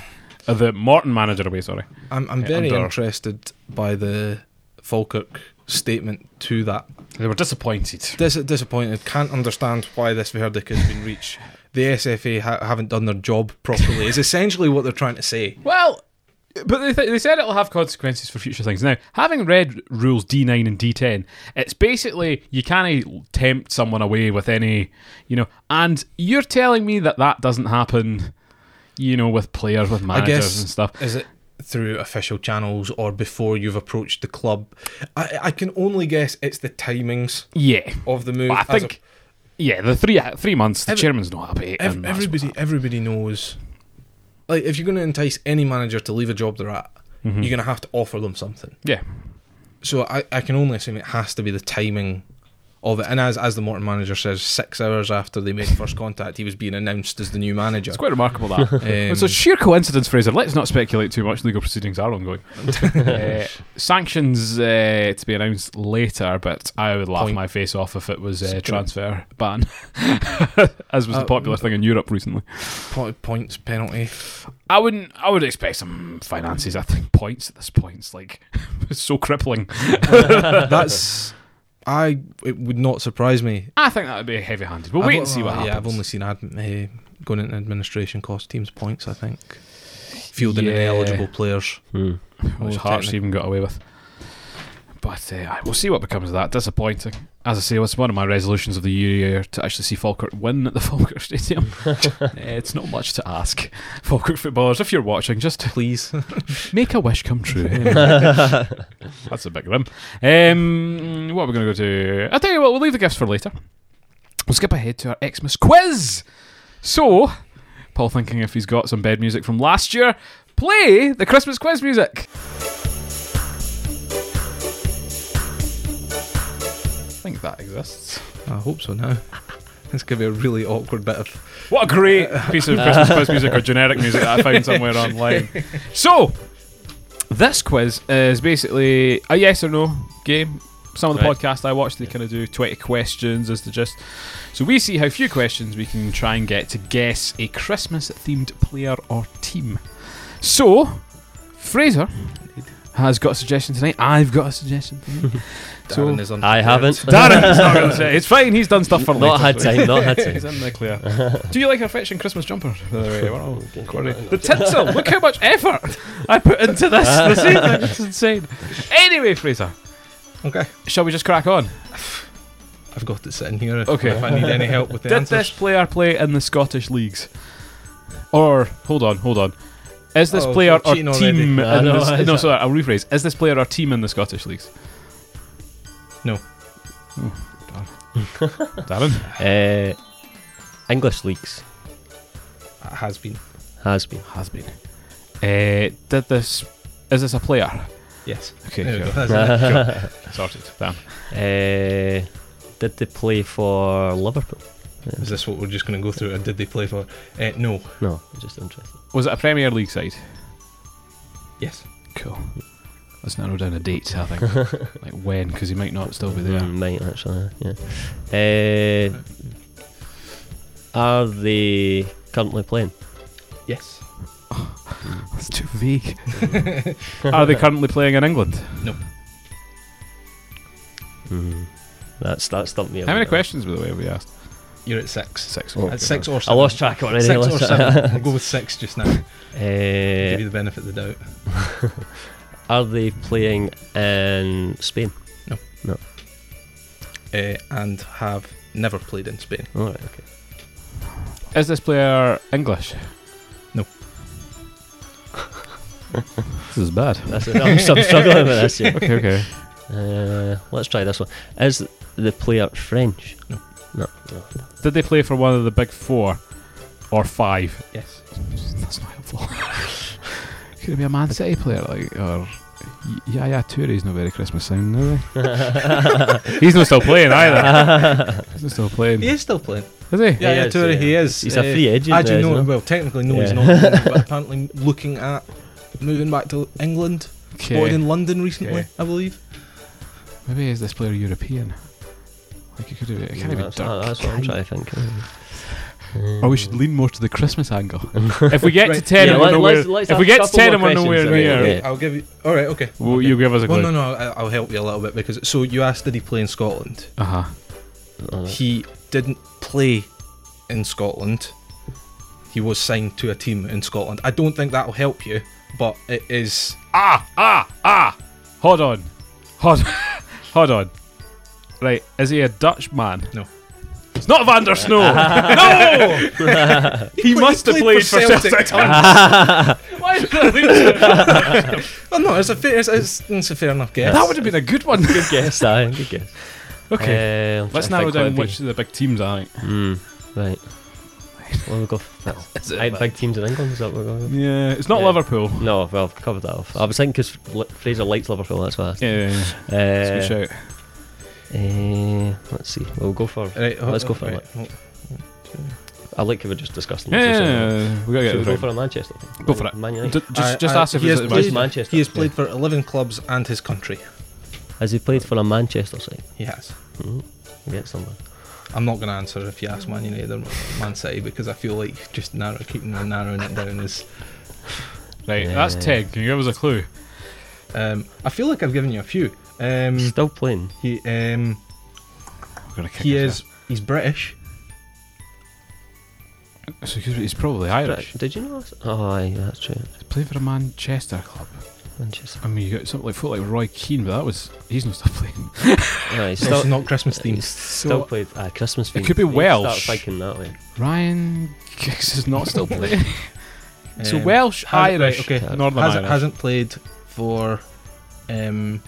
Speaker 1: uh, the Morton manager away. Sorry.
Speaker 3: I'm, I'm
Speaker 1: Yeah,
Speaker 3: very
Speaker 1: under-
Speaker 3: interested by the Falkirk statement to that.
Speaker 1: They were disappointed.
Speaker 3: Dis- disappointed. Can't understand why this verdict has been reached. The SFA ha- haven't done their job properly. Is essentially what they're trying to say.
Speaker 1: Well, but they, th- they said it'll have consequences for future things. Now, having read rules D9 and D10, it's basically you can't tempt someone away with any, you know, and you're telling me that that doesn't happen, you know, with players, with managers
Speaker 3: guess-
Speaker 1: and stuff.
Speaker 3: Is it through official channels or before you've approached the club? I, I can only guess it's the timings
Speaker 1: Yeah.
Speaker 3: of the move.
Speaker 1: But I
Speaker 3: as a-
Speaker 1: think, yeah, the three three months, the
Speaker 3: Every-
Speaker 1: chairman's not happy.
Speaker 3: Ev-
Speaker 1: and that's
Speaker 3: everybody, everybody knows. Like, if you're going to entice any manager to leave a job they're at,
Speaker 1: Mm-hmm.
Speaker 3: you're going to have to offer them something.
Speaker 1: Yeah.
Speaker 3: So I, I can only assume it has to be the timing of it. And as as the Morton manager says, six hours after they made first contact, he was being announced as the new manager.
Speaker 1: It's quite remarkable that. it's a
Speaker 3: Um,
Speaker 1: sheer coincidence, Fraser. Let's not speculate too much. Legal proceedings are ongoing. uh, sanctions uh, to be announced later, but I would laugh
Speaker 3: Point.
Speaker 1: my face off if it was a
Speaker 3: Spin it.
Speaker 1: transfer ban, as was the
Speaker 3: Uh,
Speaker 1: popular thing in Europe recently.
Speaker 3: Po- points penalty.
Speaker 1: I wouldn't. I would expect some finances. I think points at this point is like it's so crippling.
Speaker 3: That's I. It would not surprise me.
Speaker 1: I think that would be heavy-handed. We'll
Speaker 3: I've
Speaker 1: wait
Speaker 3: o-
Speaker 1: and see what
Speaker 3: yeah,
Speaker 1: happens.
Speaker 3: I've only seen admin, uh, going into administration cost teams points. I think fielding
Speaker 1: Yeah.
Speaker 3: ineligible players.
Speaker 2: Mm.
Speaker 1: which
Speaker 3: Oh,
Speaker 1: Hearts
Speaker 3: technic-
Speaker 1: even got away with. But uh, aye, we'll see what becomes of that. Disappointing. As I say, it's one of my resolutions of the year uh, to actually see Falkirk win at the Falkirk Stadium. Eh, it's not much to ask. Falkirk footballers, if you're watching, just
Speaker 3: Please,
Speaker 1: make a wish come true. That's a bit grim. Um, what are we going to go to? I'll tell you what, we'll leave the gifts for later. We'll skip ahead to our Xmas quiz. So, Paul thinking if he's got some bed music from last year, play the Christmas quiz music. I think that exists.
Speaker 3: I hope so. Now it's gonna be a really awkward bit of.
Speaker 1: What a great piece of Christmas quiz music or generic music that I found somewhere online. So, this quiz is basically a yes or no game. Some of the
Speaker 2: Right.
Speaker 1: podcasts I watch, they kind of do 20 questions as the gist. So, we see how few questions we can try and get to guess a Christmas themed player or team. So, Fraser has got a suggestion tonight. I've got a suggestion tonight. So-
Speaker 3: Darren is
Speaker 2: I
Speaker 3: unprepared.
Speaker 2: haven't.
Speaker 1: Darren's not going to say It's fine, he's done stuff for
Speaker 2: Not
Speaker 1: later,
Speaker 2: had
Speaker 1: so-
Speaker 2: time, not had time.
Speaker 1: He's in the clear. Do you like our fetching Christmas jumper? By the way, we're all quite- the tinsel. Look how much effort I put into this this evening. It's insane. Anyway, Fraser,
Speaker 3: Okay,
Speaker 1: shall we just crack on?
Speaker 3: I've got it sitting here. if-
Speaker 1: Okay.
Speaker 3: if I need any help with the
Speaker 1: Did
Speaker 3: answers.
Speaker 1: this player play in the Scottish leagues? Or hold on, hold on. Is this
Speaker 3: Oh,
Speaker 1: player
Speaker 3: we're
Speaker 1: or
Speaker 3: cheating
Speaker 1: team in
Speaker 3: already.
Speaker 2: I know,
Speaker 1: the,
Speaker 2: is
Speaker 1: No,
Speaker 2: it?
Speaker 1: sorry, I'll rephrase. Is this player or team in the Scottish leagues?
Speaker 3: No.
Speaker 1: Oh, darn. Darren?
Speaker 2: Uh, English leagues
Speaker 3: It has been.
Speaker 2: has been.
Speaker 1: Has been. Uh, did this. Is this a player?
Speaker 3: Yes.
Speaker 1: Okay,
Speaker 3: There we
Speaker 1: sure.
Speaker 3: go. That's it.
Speaker 1: Sorted. Damn.
Speaker 2: Uh, did they play for Liverpool?
Speaker 3: Is this what we're just going to go through? Or did they play for? Uh, no.
Speaker 2: No, I'm just interested.
Speaker 1: Was it a Premier League side?
Speaker 3: Yes.
Speaker 1: Cool. Let's narrow down a date, I think. like when, because he might not still be there.
Speaker 2: Mm, might actually, yeah. Uh, are they currently playing?
Speaker 3: Yes.
Speaker 1: That's too vague. Are they currently playing in England?
Speaker 2: Mm. That's that's something.
Speaker 1: How many questions, by the way, have we asked?
Speaker 3: You're at six.
Speaker 1: Six.
Speaker 2: Oh.
Speaker 1: Okay.
Speaker 3: At six or
Speaker 2: I
Speaker 3: seven.
Speaker 2: lost track already.
Speaker 3: Six
Speaker 2: I
Speaker 3: or
Speaker 2: lost
Speaker 3: seven. I'll go with six just now. Give you
Speaker 2: Uh,
Speaker 3: the benefit of the doubt.
Speaker 2: are they playing in Spain?
Speaker 3: Uh, and have never played in Spain.
Speaker 2: All right. Okay.
Speaker 1: Is this player English?
Speaker 3: No.
Speaker 1: this is bad.
Speaker 2: That's it. I'm, I'm struggling with this. Yeah.
Speaker 1: Okay, okay.
Speaker 2: Uh, let's try this one. Is the player French?
Speaker 3: No.
Speaker 2: No.
Speaker 1: Did they play for one of the big four or five?
Speaker 3: Yes.
Speaker 1: That's not helpful. Could it be a Man City player? Like, or Yaya Touré's not very Christmas sounding, is he? He's not still playing either. He's not still playing.
Speaker 3: He is still playing.
Speaker 1: Is he?
Speaker 3: Yeah,
Speaker 2: He
Speaker 3: yeah,
Speaker 2: is,
Speaker 3: Toure,
Speaker 2: yeah.
Speaker 3: he is.
Speaker 2: Mm. He's a free agent
Speaker 3: I
Speaker 2: now,
Speaker 3: do know.
Speaker 2: isn't he?
Speaker 3: Well, technically, no, he's
Speaker 2: Yeah.
Speaker 3: not. but apparently, looking at moving back to England.
Speaker 1: Okay.
Speaker 3: Born in London recently,
Speaker 1: Okay.
Speaker 3: I believe.
Speaker 1: Maybe is this player European? Like it could have. It can't even.
Speaker 2: that's, that's what I'm trying to think. Uh,
Speaker 1: Or we should lean more to the Christmas angle. if we get to
Speaker 3: Right.
Speaker 1: ten,
Speaker 2: Yeah,
Speaker 1: and
Speaker 2: let-
Speaker 1: we're nowhere.
Speaker 2: let's- let's
Speaker 1: if we
Speaker 2: have
Speaker 1: get
Speaker 2: a
Speaker 1: to ten,
Speaker 2: couple
Speaker 1: and
Speaker 2: more
Speaker 1: we're nowhere
Speaker 2: questions,
Speaker 1: near.
Speaker 2: yeah.
Speaker 1: it,
Speaker 3: I'll give you. All right, okay.
Speaker 1: Will
Speaker 3: okay.
Speaker 1: you give us a clue?
Speaker 3: Well, no, no, I- I'll help you a little bit because. So you asked, did he play in Scotland?
Speaker 1: Uh huh.
Speaker 3: He didn't play in Scotland. He was signed to a team in Scotland. I don't think that'll help you, but it is.
Speaker 1: Ah ah ah! Hold on, hold, hold on. Right, is he a Dutch man?
Speaker 3: No.
Speaker 1: It's not Van der Snow. no, he,
Speaker 3: played-
Speaker 1: must have played, for Celtic.
Speaker 3: tons.
Speaker 1: Why did I lean to it?
Speaker 3: well, oh, no, it's a fair, it's, it's, it's a fair enough guess.
Speaker 1: that would have been a good one.
Speaker 2: Good guess, aye. Good guess.
Speaker 1: okay,
Speaker 2: Uh, I'm
Speaker 1: let's
Speaker 2: trying
Speaker 1: narrow
Speaker 2: to think what
Speaker 1: down
Speaker 2: it'd be.
Speaker 1: which of the big teams. I think.
Speaker 2: Mm, right. Well, we go. For,
Speaker 3: Is it
Speaker 2: eight
Speaker 3: bad?
Speaker 2: big teams in England. Is that what we're going? With?
Speaker 1: Yeah, it's not
Speaker 2: Yeah.
Speaker 1: Liverpool.
Speaker 2: No, well, I've covered that off. I was thinking because Fraser likes Liverpool. That's why. I asked.
Speaker 1: Yeah, yeah, yeah.
Speaker 2: Uh,
Speaker 1: That's a good shout.
Speaker 2: Uh, let's see. We'll go for.
Speaker 3: Right,
Speaker 2: Let's
Speaker 3: oh,
Speaker 2: go for
Speaker 3: right,
Speaker 2: it.
Speaker 3: oh,
Speaker 2: I like how we're just discussing.
Speaker 1: Yeah, yeah,
Speaker 2: this, so-
Speaker 1: yeah, yeah. we gotta
Speaker 2: Should we
Speaker 1: get
Speaker 2: go
Speaker 1: it
Speaker 2: for
Speaker 1: right.
Speaker 2: a Manchester? thing?
Speaker 1: Go for it.
Speaker 2: Man United.
Speaker 1: Ju- Just,
Speaker 3: I-
Speaker 1: just
Speaker 3: I-
Speaker 1: ask if
Speaker 3: he
Speaker 1: it's
Speaker 3: has
Speaker 1: at
Speaker 2: Just
Speaker 3: played-
Speaker 1: Manchester.
Speaker 2: Manchester.
Speaker 3: He has
Speaker 2: yeah.
Speaker 3: played for 11 clubs and his country.
Speaker 2: Has he played for a Manchester side? Hmm,
Speaker 3: He has.
Speaker 2: Get someone.
Speaker 3: I'm not going to answer if you ask Man United or Man City because I feel like just narrow, keeping on narrowing it down is.
Speaker 1: Right, that's
Speaker 2: Yeah.
Speaker 1: Ted. Can you give us a clue?
Speaker 3: Um, I feel like I've given you a few.
Speaker 1: Hmm.
Speaker 3: Um,
Speaker 2: Still playing.
Speaker 3: he um,
Speaker 1: We're gonna kick
Speaker 3: he is he's British.
Speaker 1: So he's- he's probably Irish.
Speaker 2: Did you know? This? Oh, aye, that's true.
Speaker 1: He's played for a Manchester club.
Speaker 2: Manchester.
Speaker 1: I mean, you got something like folk like Roy Keane, but that was he's not still playing.
Speaker 2: Aye, he's
Speaker 3: It's
Speaker 2: still,
Speaker 3: not Christmas
Speaker 2: he's
Speaker 3: themed.
Speaker 2: still played. Ah, Christmas. theme.
Speaker 1: could be
Speaker 2: You Start
Speaker 1: Welsh.
Speaker 2: thinking that way.
Speaker 1: Ryan Giggs is not still playing. so
Speaker 3: Um,
Speaker 1: Welsh,
Speaker 3: has- right,
Speaker 1: Irish,
Speaker 3: okay.
Speaker 1: Northern
Speaker 3: hasn't,
Speaker 1: Irish.
Speaker 3: hasn't played for um,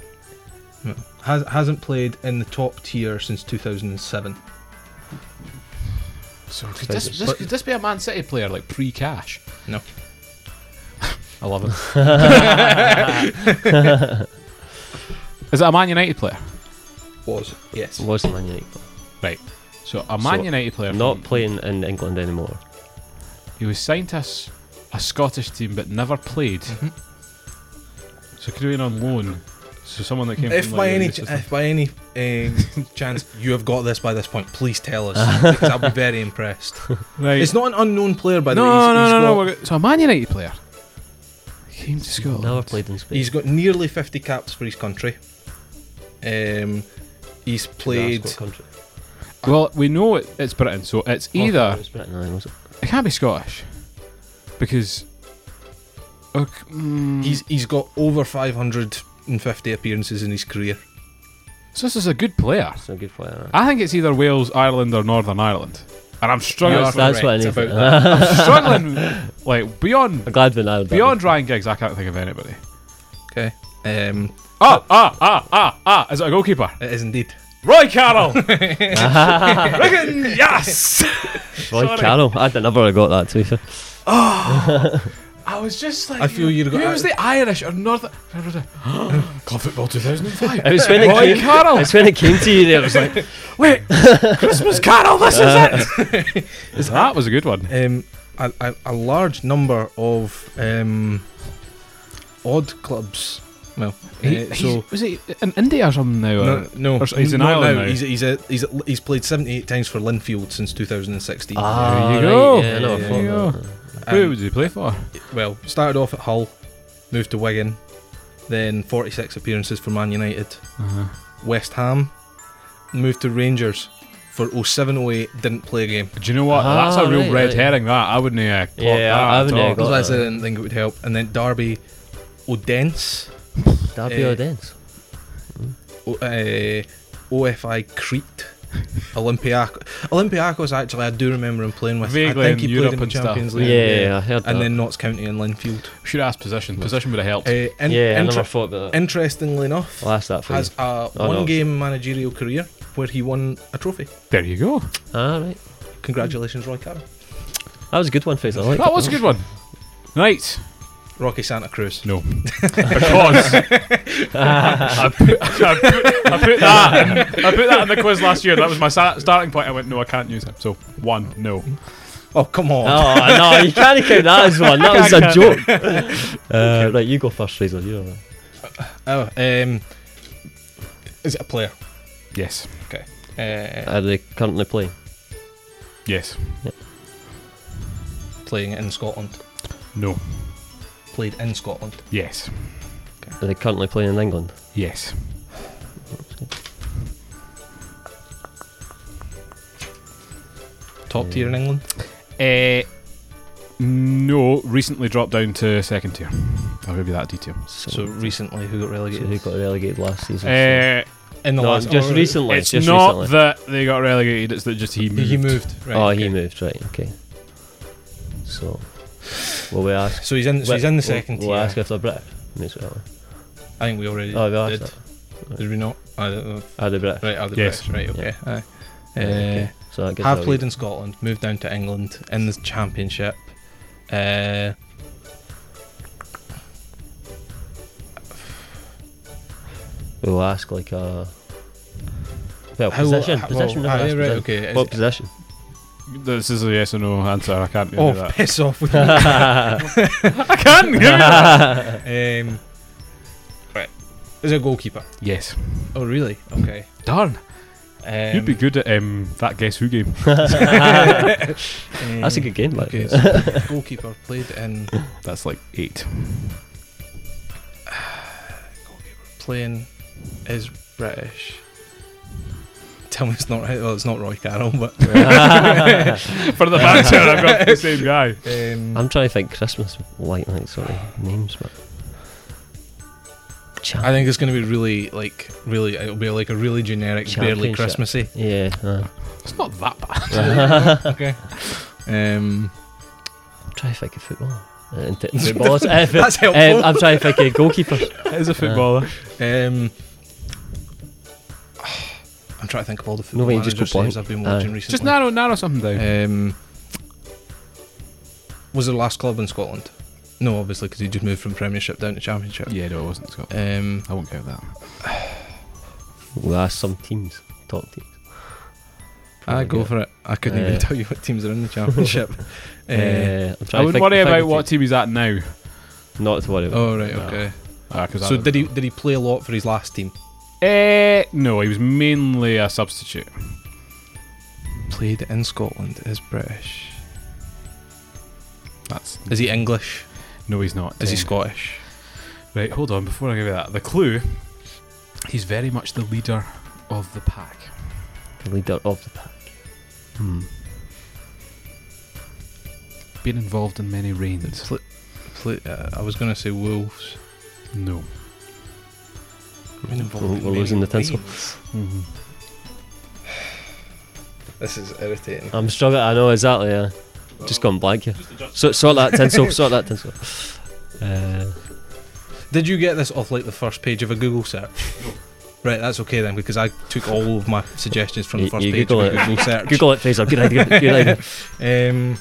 Speaker 3: no, has, hasn't played in the top tier since 2007.
Speaker 1: so could this,
Speaker 2: But-
Speaker 1: this, could this be a Man City player like pre-cash?
Speaker 3: No.
Speaker 1: I love it. is it a Man United player?
Speaker 3: Was yes.
Speaker 2: Was Man United. player.
Speaker 1: Right. So a Man
Speaker 2: So,
Speaker 1: United player.
Speaker 2: Not
Speaker 1: from-
Speaker 2: playing in England anymore.
Speaker 1: He was signed to a, S- a Scottish team but never played.
Speaker 2: Mm-hmm.
Speaker 1: So could have been on loan. So someone that came
Speaker 3: If
Speaker 1: from
Speaker 3: by
Speaker 1: like,
Speaker 3: any
Speaker 1: it's
Speaker 3: ch-
Speaker 1: just
Speaker 3: if by any uh, chance you have got this by this point, please tell us. because I'll be very impressed.
Speaker 1: like- right.
Speaker 3: eh, It's not an unknown player by the
Speaker 1: no,
Speaker 3: way.
Speaker 1: no,
Speaker 3: He's-
Speaker 1: no,
Speaker 3: he's
Speaker 1: no,
Speaker 3: got-
Speaker 1: no, we're go- So a Man United player came to Scotland.
Speaker 2: Never played in Spain.
Speaker 3: He's got nearly 50 caps for his country. Um, he's played.
Speaker 2: That's what country.
Speaker 1: Well, we know it, it's Britain, so it's
Speaker 2: Oh, it
Speaker 1: either
Speaker 2: was Britain, aye, was it?
Speaker 1: it can't be Scottish because. Ok, mm,
Speaker 3: He's he's got over 550 appearances in his career.
Speaker 1: so this is a good player.
Speaker 2: It's a good player. aye.
Speaker 1: I think it's either Wales, Ireland, or Northern Ireland, and I'm struggling.
Speaker 2: That's- that's what I
Speaker 3: correct
Speaker 2: need.
Speaker 3: about that.
Speaker 1: I'm struggling like beyond
Speaker 2: I'm glad we're not.
Speaker 1: beyond Ryan Giggs. I can't think of anybody.
Speaker 3: Okay. Um,
Speaker 1: Ah, ah, ah, ah, ah. Is it a goalkeeper?
Speaker 3: it is indeed.
Speaker 1: Roy Carroll! Reckon, yes!
Speaker 2: Roy
Speaker 1: Sorry.
Speaker 2: Carroll. I'd have never have got that, to be fair.
Speaker 1: I was just like.
Speaker 3: I feel you'd
Speaker 1: Who
Speaker 3: got-
Speaker 1: was the Irish or North. Club Football 2005.
Speaker 2: It was when it
Speaker 1: Roy
Speaker 2: came-
Speaker 1: Carroll!
Speaker 2: It's when it came to you there, it was like,
Speaker 1: Wait! Christmas Carol, this is it!
Speaker 2: Uh,
Speaker 1: that was a good one.
Speaker 3: Um, a, a, a large number of um, odd clubs. Well,
Speaker 1: He-
Speaker 3: eh,
Speaker 1: he's-
Speaker 3: so
Speaker 1: was he in India or something now? or-
Speaker 3: no, no,
Speaker 1: or so he's in
Speaker 3: not
Speaker 1: Ireland
Speaker 3: now.
Speaker 1: now.
Speaker 3: He's he's, a, he's a- he's played 78 times for Linfield since 2016.
Speaker 1: Ah,
Speaker 2: right,
Speaker 1: go.
Speaker 2: Yeah, no, I
Speaker 3: There
Speaker 2: thought
Speaker 1: you
Speaker 2: that.
Speaker 1: Who
Speaker 3: Um,
Speaker 1: would he play for?
Speaker 3: well, started off at Hull, moved to Wigan, then 46 appearances for Man United,
Speaker 1: Uh-huh.
Speaker 3: West Ham, moved to Rangers for 07 08, didn't play a game.
Speaker 1: Do you know what?
Speaker 2: Ah,
Speaker 1: That's a real
Speaker 2: right,
Speaker 1: red
Speaker 2: right.
Speaker 1: herring. That I wouldn't uh, clock
Speaker 2: Yeah,
Speaker 1: that
Speaker 2: I
Speaker 1: at
Speaker 2: wouldn't
Speaker 1: all.
Speaker 2: have
Speaker 3: That's
Speaker 2: got-
Speaker 3: why I said I didn't think it would help. And then Derby, Odense,
Speaker 2: Derby
Speaker 3: Eh,
Speaker 2: or Dens?
Speaker 3: O- uh, OFI Crete. Olympiacos. Olympiacos, actually, I do remember him playing with.
Speaker 1: Vaguely
Speaker 3: I
Speaker 1: in
Speaker 3: think he
Speaker 1: Europe
Speaker 3: played in the
Speaker 1: and stuff.
Speaker 3: Champions
Speaker 2: Yeah,
Speaker 3: League.
Speaker 2: I heard that.
Speaker 3: And then Notts County and Linfield.
Speaker 1: Should ask position. Position would have helped.
Speaker 3: Uh, in-
Speaker 2: yeah, I
Speaker 3: inter-
Speaker 2: never thought about that.
Speaker 3: interestingly enough,
Speaker 2: I'll ask that for
Speaker 3: has
Speaker 2: you.
Speaker 3: a
Speaker 2: Oh, no.
Speaker 3: one game managerial career where he won a trophy.
Speaker 1: there you go.
Speaker 2: Ah, right.
Speaker 3: Congratulations, Roy Carroll.
Speaker 2: That was a good one, Faisal. I liked
Speaker 1: That
Speaker 2: it.
Speaker 1: was a good one. Right.
Speaker 3: Rocky Santa Cruz.
Speaker 1: No. because I, put, I, put, I put that in, I put that in the quiz last year. That was my sa- starting point. I went, no, I can't use it. So one, no.
Speaker 3: Oh, come on.
Speaker 2: Oh, no, you can't count that as one. That was
Speaker 1: I
Speaker 2: a
Speaker 1: can't.
Speaker 2: joke. Uh, right, you go first, Faisal. You're right.
Speaker 3: Oh, um, is it a player?
Speaker 1: Yes.
Speaker 3: Uh,
Speaker 2: Are they currently playing?
Speaker 1: Yes.
Speaker 3: playing in Scotland.
Speaker 1: No.
Speaker 3: Played in Scotland.
Speaker 1: Yes.
Speaker 2: Are they currently playing in England?
Speaker 1: Yes.
Speaker 3: Top tier in
Speaker 2: Mm.
Speaker 3: England.
Speaker 1: Uh, no. Recently dropped down to second tier. I'll give you that detail.
Speaker 2: So,
Speaker 3: So
Speaker 2: so
Speaker 3: recently, who got
Speaker 2: who
Speaker 3: relegated?
Speaker 2: got relegated last season?
Speaker 1: Uh,
Speaker 3: in the
Speaker 2: no,
Speaker 3: last
Speaker 2: just
Speaker 3: or-
Speaker 2: recently.
Speaker 1: oh, it's
Speaker 2: just
Speaker 1: not
Speaker 2: recently.
Speaker 1: that they got relegated. It's that just he moved.
Speaker 3: He moved. Right,
Speaker 2: oh,
Speaker 3: okay.
Speaker 2: he moved, right, okay. So, will we ask?
Speaker 3: So he's in. So he's in the
Speaker 2: we'll-
Speaker 3: 2nd
Speaker 2: We'll
Speaker 3: tier.
Speaker 2: ask if they're British. May as well.
Speaker 3: I think we already
Speaker 2: Oh, we
Speaker 3: did. Uh,
Speaker 2: asked that.
Speaker 3: Did we not? I don't know.
Speaker 2: Are they British?
Speaker 3: Right. Are the
Speaker 1: Yes.
Speaker 3: British? Right. Okay. aye. Uh,
Speaker 2: Okay, So that gives
Speaker 3: have
Speaker 2: it
Speaker 3: played in Scotland, moved down to England in the Championship. Uh,
Speaker 2: away. We'll ask like a. Well,
Speaker 3: how-
Speaker 2: position.
Speaker 3: how-
Speaker 2: position.
Speaker 3: well,
Speaker 2: we'll
Speaker 3: aye,
Speaker 2: ask
Speaker 3: right,
Speaker 2: position.
Speaker 3: okay.
Speaker 2: What
Speaker 3: is-
Speaker 2: position?
Speaker 1: This is a yes or no answer. I can't give you
Speaker 3: Oh,
Speaker 1: that.
Speaker 3: piss off! With
Speaker 1: I can give you that.
Speaker 3: um, right, is a goalkeeper.
Speaker 1: Yes.
Speaker 3: Oh, really? Okay.
Speaker 1: Darn.
Speaker 3: Um,
Speaker 1: You'd be good at um, that guess who game.
Speaker 2: That's a good game, like.
Speaker 3: Um, Okay, so goalkeeper played in
Speaker 1: That's like eight.
Speaker 3: playing is British. Tell me it's not right. Well, it's not Roy Carroll, but
Speaker 1: For the banter, I've got the same guy.
Speaker 3: um,
Speaker 2: I'm trying to think Christmas like like sort of names, but Cha-
Speaker 3: I think it's going to be really like really. It'll be like a really generic, barely
Speaker 2: Championship.
Speaker 3: Christmassy.
Speaker 2: yeah, uh,
Speaker 1: It's not that bad.
Speaker 3: okay. Um,
Speaker 2: I'm trying to think of football. Uh, in t- footballers. Uh, fi-
Speaker 3: That's helpful.
Speaker 2: um, I'm trying to think of goalkeepers.
Speaker 1: It is a footballer.
Speaker 3: Um, I'm trying to think of all the
Speaker 2: No,
Speaker 3: football
Speaker 2: wait, you just
Speaker 3: manager
Speaker 2: go blank.
Speaker 3: saves I've been watching
Speaker 2: Aye.
Speaker 3: recently.
Speaker 1: Just narrow, narrow something down.
Speaker 3: Um, was their last club in Scotland? No, obviously, because he just moved from Premiership down to Championship.
Speaker 1: yeah, no, it wasn't Scott.
Speaker 3: Um,
Speaker 1: I won't count that.
Speaker 2: We'll ask some teams, top teams.
Speaker 3: I
Speaker 2: Probably
Speaker 3: Ah, go
Speaker 2: not.
Speaker 3: for it. I couldn't
Speaker 2: Uh,
Speaker 3: even tell you what teams are in the Championship. uh,
Speaker 1: Eh,
Speaker 2: Uh, I'm
Speaker 1: I
Speaker 2: trying to
Speaker 1: wouldn't
Speaker 2: think,
Speaker 1: worry
Speaker 2: think
Speaker 1: about
Speaker 2: of
Speaker 1: what team he's at now.
Speaker 2: teams. Not to worry about.
Speaker 3: oh right,
Speaker 1: No.
Speaker 3: okay.
Speaker 1: Ah, 'cause I
Speaker 3: So
Speaker 1: don't
Speaker 3: did he
Speaker 1: know.
Speaker 3: did he play a lot for his last team?
Speaker 1: Eh, no, he was mainly a substitute.
Speaker 3: Played in Scotland. Is British?
Speaker 1: That's
Speaker 3: Is he English?
Speaker 1: no, he's not.
Speaker 3: Is he
Speaker 1: Um,
Speaker 3: Scottish?
Speaker 1: Right, hold on. Before I give you that, the clue. He's very much the leader of the pack.
Speaker 2: The leader of the pack. Hmm.
Speaker 1: Been involved in many reigns.
Speaker 3: Pl- play, uh, I was going to say Wolves.
Speaker 1: No.
Speaker 3: Been
Speaker 1: Oh,
Speaker 3: involved
Speaker 2: We're-
Speaker 3: in
Speaker 2: we're
Speaker 3: many
Speaker 2: losing the tinsel.
Speaker 3: reigns.
Speaker 1: Mm-hmm.
Speaker 3: This is irritating.
Speaker 2: I'm struggling. I know exactly. Yeah, just gone blank here. So, sort that tinsel. sort that tinsel. Uh,
Speaker 3: Did you get this off like the first page of a Google search? Right, that's okay then, because I took all of my suggestions from the
Speaker 2: You-
Speaker 3: first
Speaker 2: you
Speaker 3: page
Speaker 2: Google
Speaker 3: of a
Speaker 2: it.
Speaker 3: Google search.
Speaker 2: Google it, Faisal. Good idea. Good idea.
Speaker 3: Um,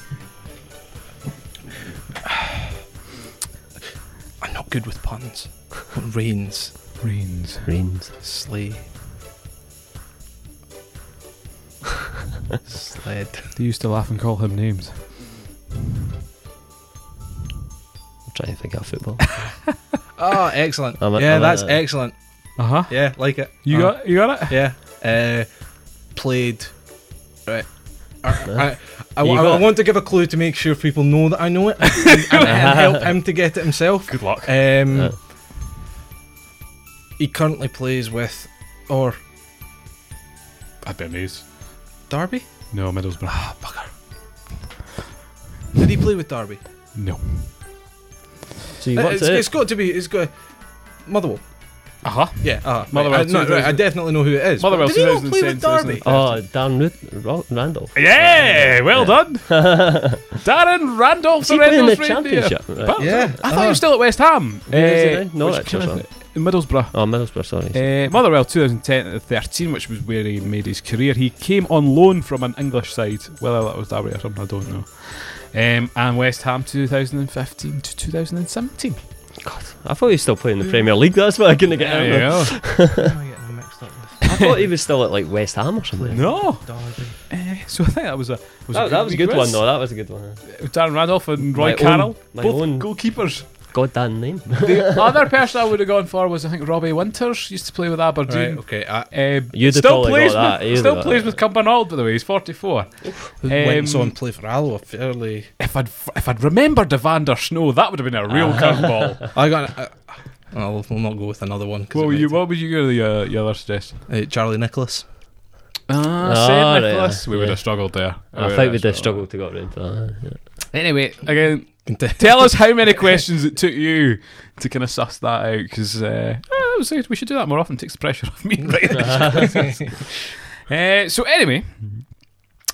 Speaker 3: I'm not good with puns. What reigns?
Speaker 1: Reigns.
Speaker 2: Reigns.
Speaker 3: Slay. Sled.
Speaker 1: They used to laugh and call him names.
Speaker 2: I'm trying to think of football.
Speaker 3: Oh, excellent.
Speaker 2: I'm a-
Speaker 3: yeah,
Speaker 2: I'm a-
Speaker 3: that's excellent.
Speaker 1: Uh huh.
Speaker 3: Yeah, like it.
Speaker 1: You
Speaker 3: Uh,
Speaker 1: got you got it.
Speaker 3: Yeah. Uh, played. Right. I, I, I,
Speaker 2: You
Speaker 3: I- I
Speaker 2: got it.
Speaker 3: want to give a clue to make sure people know that I know it and, and- and help him to get it himself.
Speaker 1: Good luck.
Speaker 3: Um,
Speaker 1: Mm.
Speaker 2: Yeah.
Speaker 3: He currently plays with, or
Speaker 1: I'd be amazed.
Speaker 3: Derby?
Speaker 1: No, Middlesbrough.
Speaker 3: Ah, bugger. Did he play with Derby?
Speaker 1: No.
Speaker 2: So you
Speaker 3: Uh,
Speaker 2: worked
Speaker 3: it's,
Speaker 2: it.
Speaker 3: it's got to be. It's got Motherwell.
Speaker 1: Uh huh.
Speaker 3: Yeah. Uh,
Speaker 1: Motherwell
Speaker 3: I, no, right, I
Speaker 1: 2000.
Speaker 3: definitely know who it is.
Speaker 1: Motherwell
Speaker 3: Did he not play
Speaker 1: 2010,
Speaker 3: with Derby?
Speaker 2: oh, Dan Ru- Ro- Randall.
Speaker 1: Yeah, well done, Darren Randolph.
Speaker 2: Is he
Speaker 1: the Red
Speaker 2: playing in
Speaker 1: Nose
Speaker 2: the
Speaker 1: Reindeer.
Speaker 2: championship? Right.
Speaker 1: But-
Speaker 3: Yeah.
Speaker 1: I thought he was still at West Ham.
Speaker 2: Where is he
Speaker 1: Eh,
Speaker 2: now? Norwich
Speaker 1: which kind
Speaker 2: or
Speaker 1: of-
Speaker 2: something?
Speaker 1: Middlesbrough.
Speaker 2: Oh, Middlesbrough, sorry.
Speaker 1: Uh, Motherwell 2010 to 13, which was where he made his career. He came on loan from an English side, whether that was Derby or something, I don't know. Um, and West Ham 2015 to 2017.
Speaker 2: God, I thought he was still playing in the Premier League. That's why I couldn't get
Speaker 1: There
Speaker 2: out
Speaker 1: you
Speaker 2: of it.
Speaker 1: go.
Speaker 3: Am I getting them Oh, mixed up with
Speaker 2: I thought he was still at like West Ham or something.
Speaker 1: No,
Speaker 3: Derby?
Speaker 1: Eh, so I think that was a was
Speaker 2: That,
Speaker 1: a
Speaker 2: that was a good
Speaker 1: week
Speaker 2: one,
Speaker 1: quiz.
Speaker 2: though. That was a good one.
Speaker 1: Darren Randolph and Roy
Speaker 2: My own-
Speaker 1: Carroll,
Speaker 2: my
Speaker 1: both
Speaker 2: own.
Speaker 1: goalkeepers.
Speaker 2: Goddamn name.
Speaker 1: The other person I would have gone for was I think Robbie Winters used to play with Aberdeen.
Speaker 3: Right. Okay. I
Speaker 1: Eh,
Speaker 2: You'd have
Speaker 1: still
Speaker 2: probably
Speaker 1: plays
Speaker 2: got that,
Speaker 1: with,
Speaker 2: you'd
Speaker 1: still
Speaker 2: have got
Speaker 1: plays
Speaker 2: that.
Speaker 1: with Cumbernauld by the way. He's 44.
Speaker 3: who
Speaker 1: Um,
Speaker 3: went on to play for Alloa fairly.
Speaker 1: If I'd if I'd remembered Evander Snow, that would have been a real
Speaker 2: Ah.
Speaker 1: curveball.
Speaker 3: I got. Uh, I'll, we'll not go with another one. 'cause
Speaker 1: What
Speaker 3: it
Speaker 1: were you?
Speaker 3: might
Speaker 1: What would you go to the, uh, the other suggestion?
Speaker 3: take- uh, Charlie Nicholas.
Speaker 1: Ah,
Speaker 2: Ah,
Speaker 1: Saint
Speaker 2: right,
Speaker 1: Nicholas.
Speaker 2: yeah.
Speaker 1: We would
Speaker 2: Yeah.
Speaker 1: have struggled there.
Speaker 2: I think we'd have struggled to get round to that. yeah.
Speaker 1: Anyway, again,
Speaker 3: Conti-
Speaker 1: tell us how many questions it took you to kind of suss that out because uh, oh, that was it. we should do that more often. Takes the pressure off me. Right? Uh, so anyway,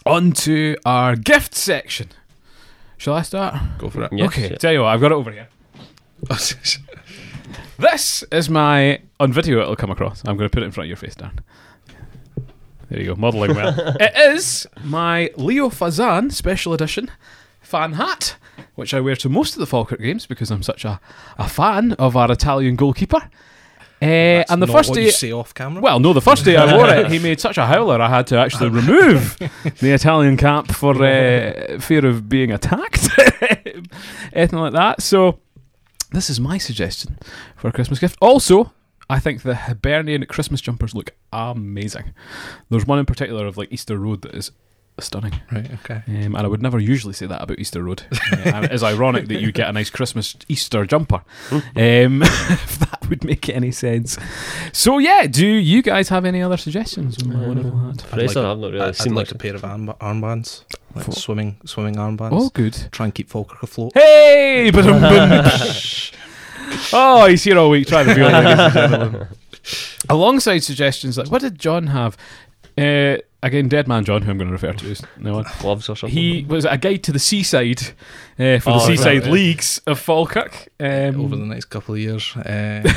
Speaker 1: on to our gift section. Shall I start?
Speaker 3: go for it.
Speaker 2: Yeah,
Speaker 1: okay,
Speaker 2: shit.
Speaker 1: tell you what, I've got it over here.
Speaker 3: Oh,
Speaker 1: This is my on video. It'll come across. I'm going to put it in front of your face, Dan. There you go, modelling well. it is my Leo Fazan special edition fan hat, which I wear to most of the Falkirk games because I'm such a, a fan of our Italian goalkeeper. Uh,
Speaker 3: That's
Speaker 1: and the
Speaker 3: not
Speaker 1: first
Speaker 3: what
Speaker 1: day,
Speaker 3: you say off camera.
Speaker 1: well, no, the first day I wore it, he made such a howler I had to actually remove the Italian cap for uh, fear of being attacked, anything like that. So, this is my suggestion for a Christmas gift. Also, I think the Hibernian Christmas jumpers look amazing. There's one in particular of like Easter Road that is stunning.
Speaker 3: right. Okay.
Speaker 1: Um, and I would never usually say that about Easter Road. Uh, it's ironic that you get a nice Christmas Easter jumper, um, if that would make any sense. So, yeah, do you guys have any other suggestions on my wonderful hat?
Speaker 2: Fraser,
Speaker 3: like a-
Speaker 2: I've not really
Speaker 3: I, would
Speaker 2: seen
Speaker 3: like
Speaker 2: much.
Speaker 3: a pair of arm, armbands, like
Speaker 1: For-
Speaker 3: swimming swimming armbands.
Speaker 1: Oh, good.
Speaker 3: Try and keep Falkirk afloat.
Speaker 1: Hey! Ba-dum, bum, psh. oh, he's here all week trying to be on ladies and gentlemen. Alongside suggestions, like what did John have? Uh, again, Dead Man John, who I'm going to refer to as now on.
Speaker 2: Gloves or something.
Speaker 1: He was a guide to the seaside uh, for the
Speaker 2: Oh,
Speaker 1: seaside
Speaker 3: right, yeah.
Speaker 1: leagues of Falkirk. Um,
Speaker 3: Over the next couple of years, uh,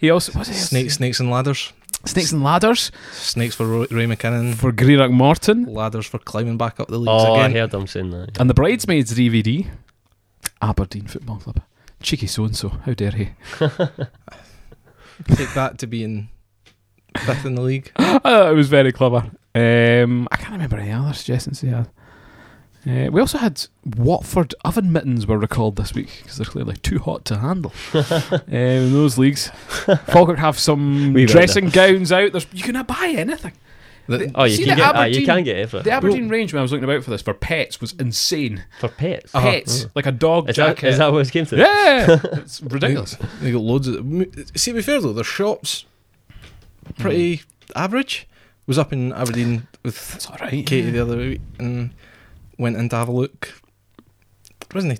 Speaker 1: He also what is
Speaker 3: snakes, snakes and ladders,
Speaker 1: snakes and ladders
Speaker 3: snakes for Roy, Ray McKinnon,
Speaker 1: for Greenock Morton
Speaker 3: ladders for climbing back up the leagues
Speaker 2: oh, I
Speaker 3: again.
Speaker 2: heard him saying that.
Speaker 1: and the bridesmaids DVD. Aberdeen Football Club. Cheeky so and so, how dare he?
Speaker 3: Take that to being fifth in the league.
Speaker 1: I thought it was very clever. Um, I can't remember any other suggestions he had. Uh, we also had Watford oven mittens were recalled this week because they're clearly too hot to handle um, in those leagues. Falkirk have some
Speaker 2: We got
Speaker 1: dressing gowns out. There's, you can buy anything.
Speaker 3: The-
Speaker 2: Oh, you
Speaker 1: See the
Speaker 2: can get ah, you
Speaker 1: Aberdeen-
Speaker 2: can get everything
Speaker 1: The Aberdeen range when I was looking about for this for pets was insane.
Speaker 2: for pets.
Speaker 3: Uh-huh.
Speaker 1: Pets like a dog
Speaker 2: Mm. Is that,
Speaker 1: jacket.
Speaker 2: is that what it came to?
Speaker 1: Yeah, it's ridiculous.
Speaker 3: They got loads of. See, to be fair though, their shops pretty
Speaker 1: Hmm.
Speaker 3: average. Was up in Aberdeen with
Speaker 1: It's all right.
Speaker 3: Katie the other week and went in to have a look. There wasn't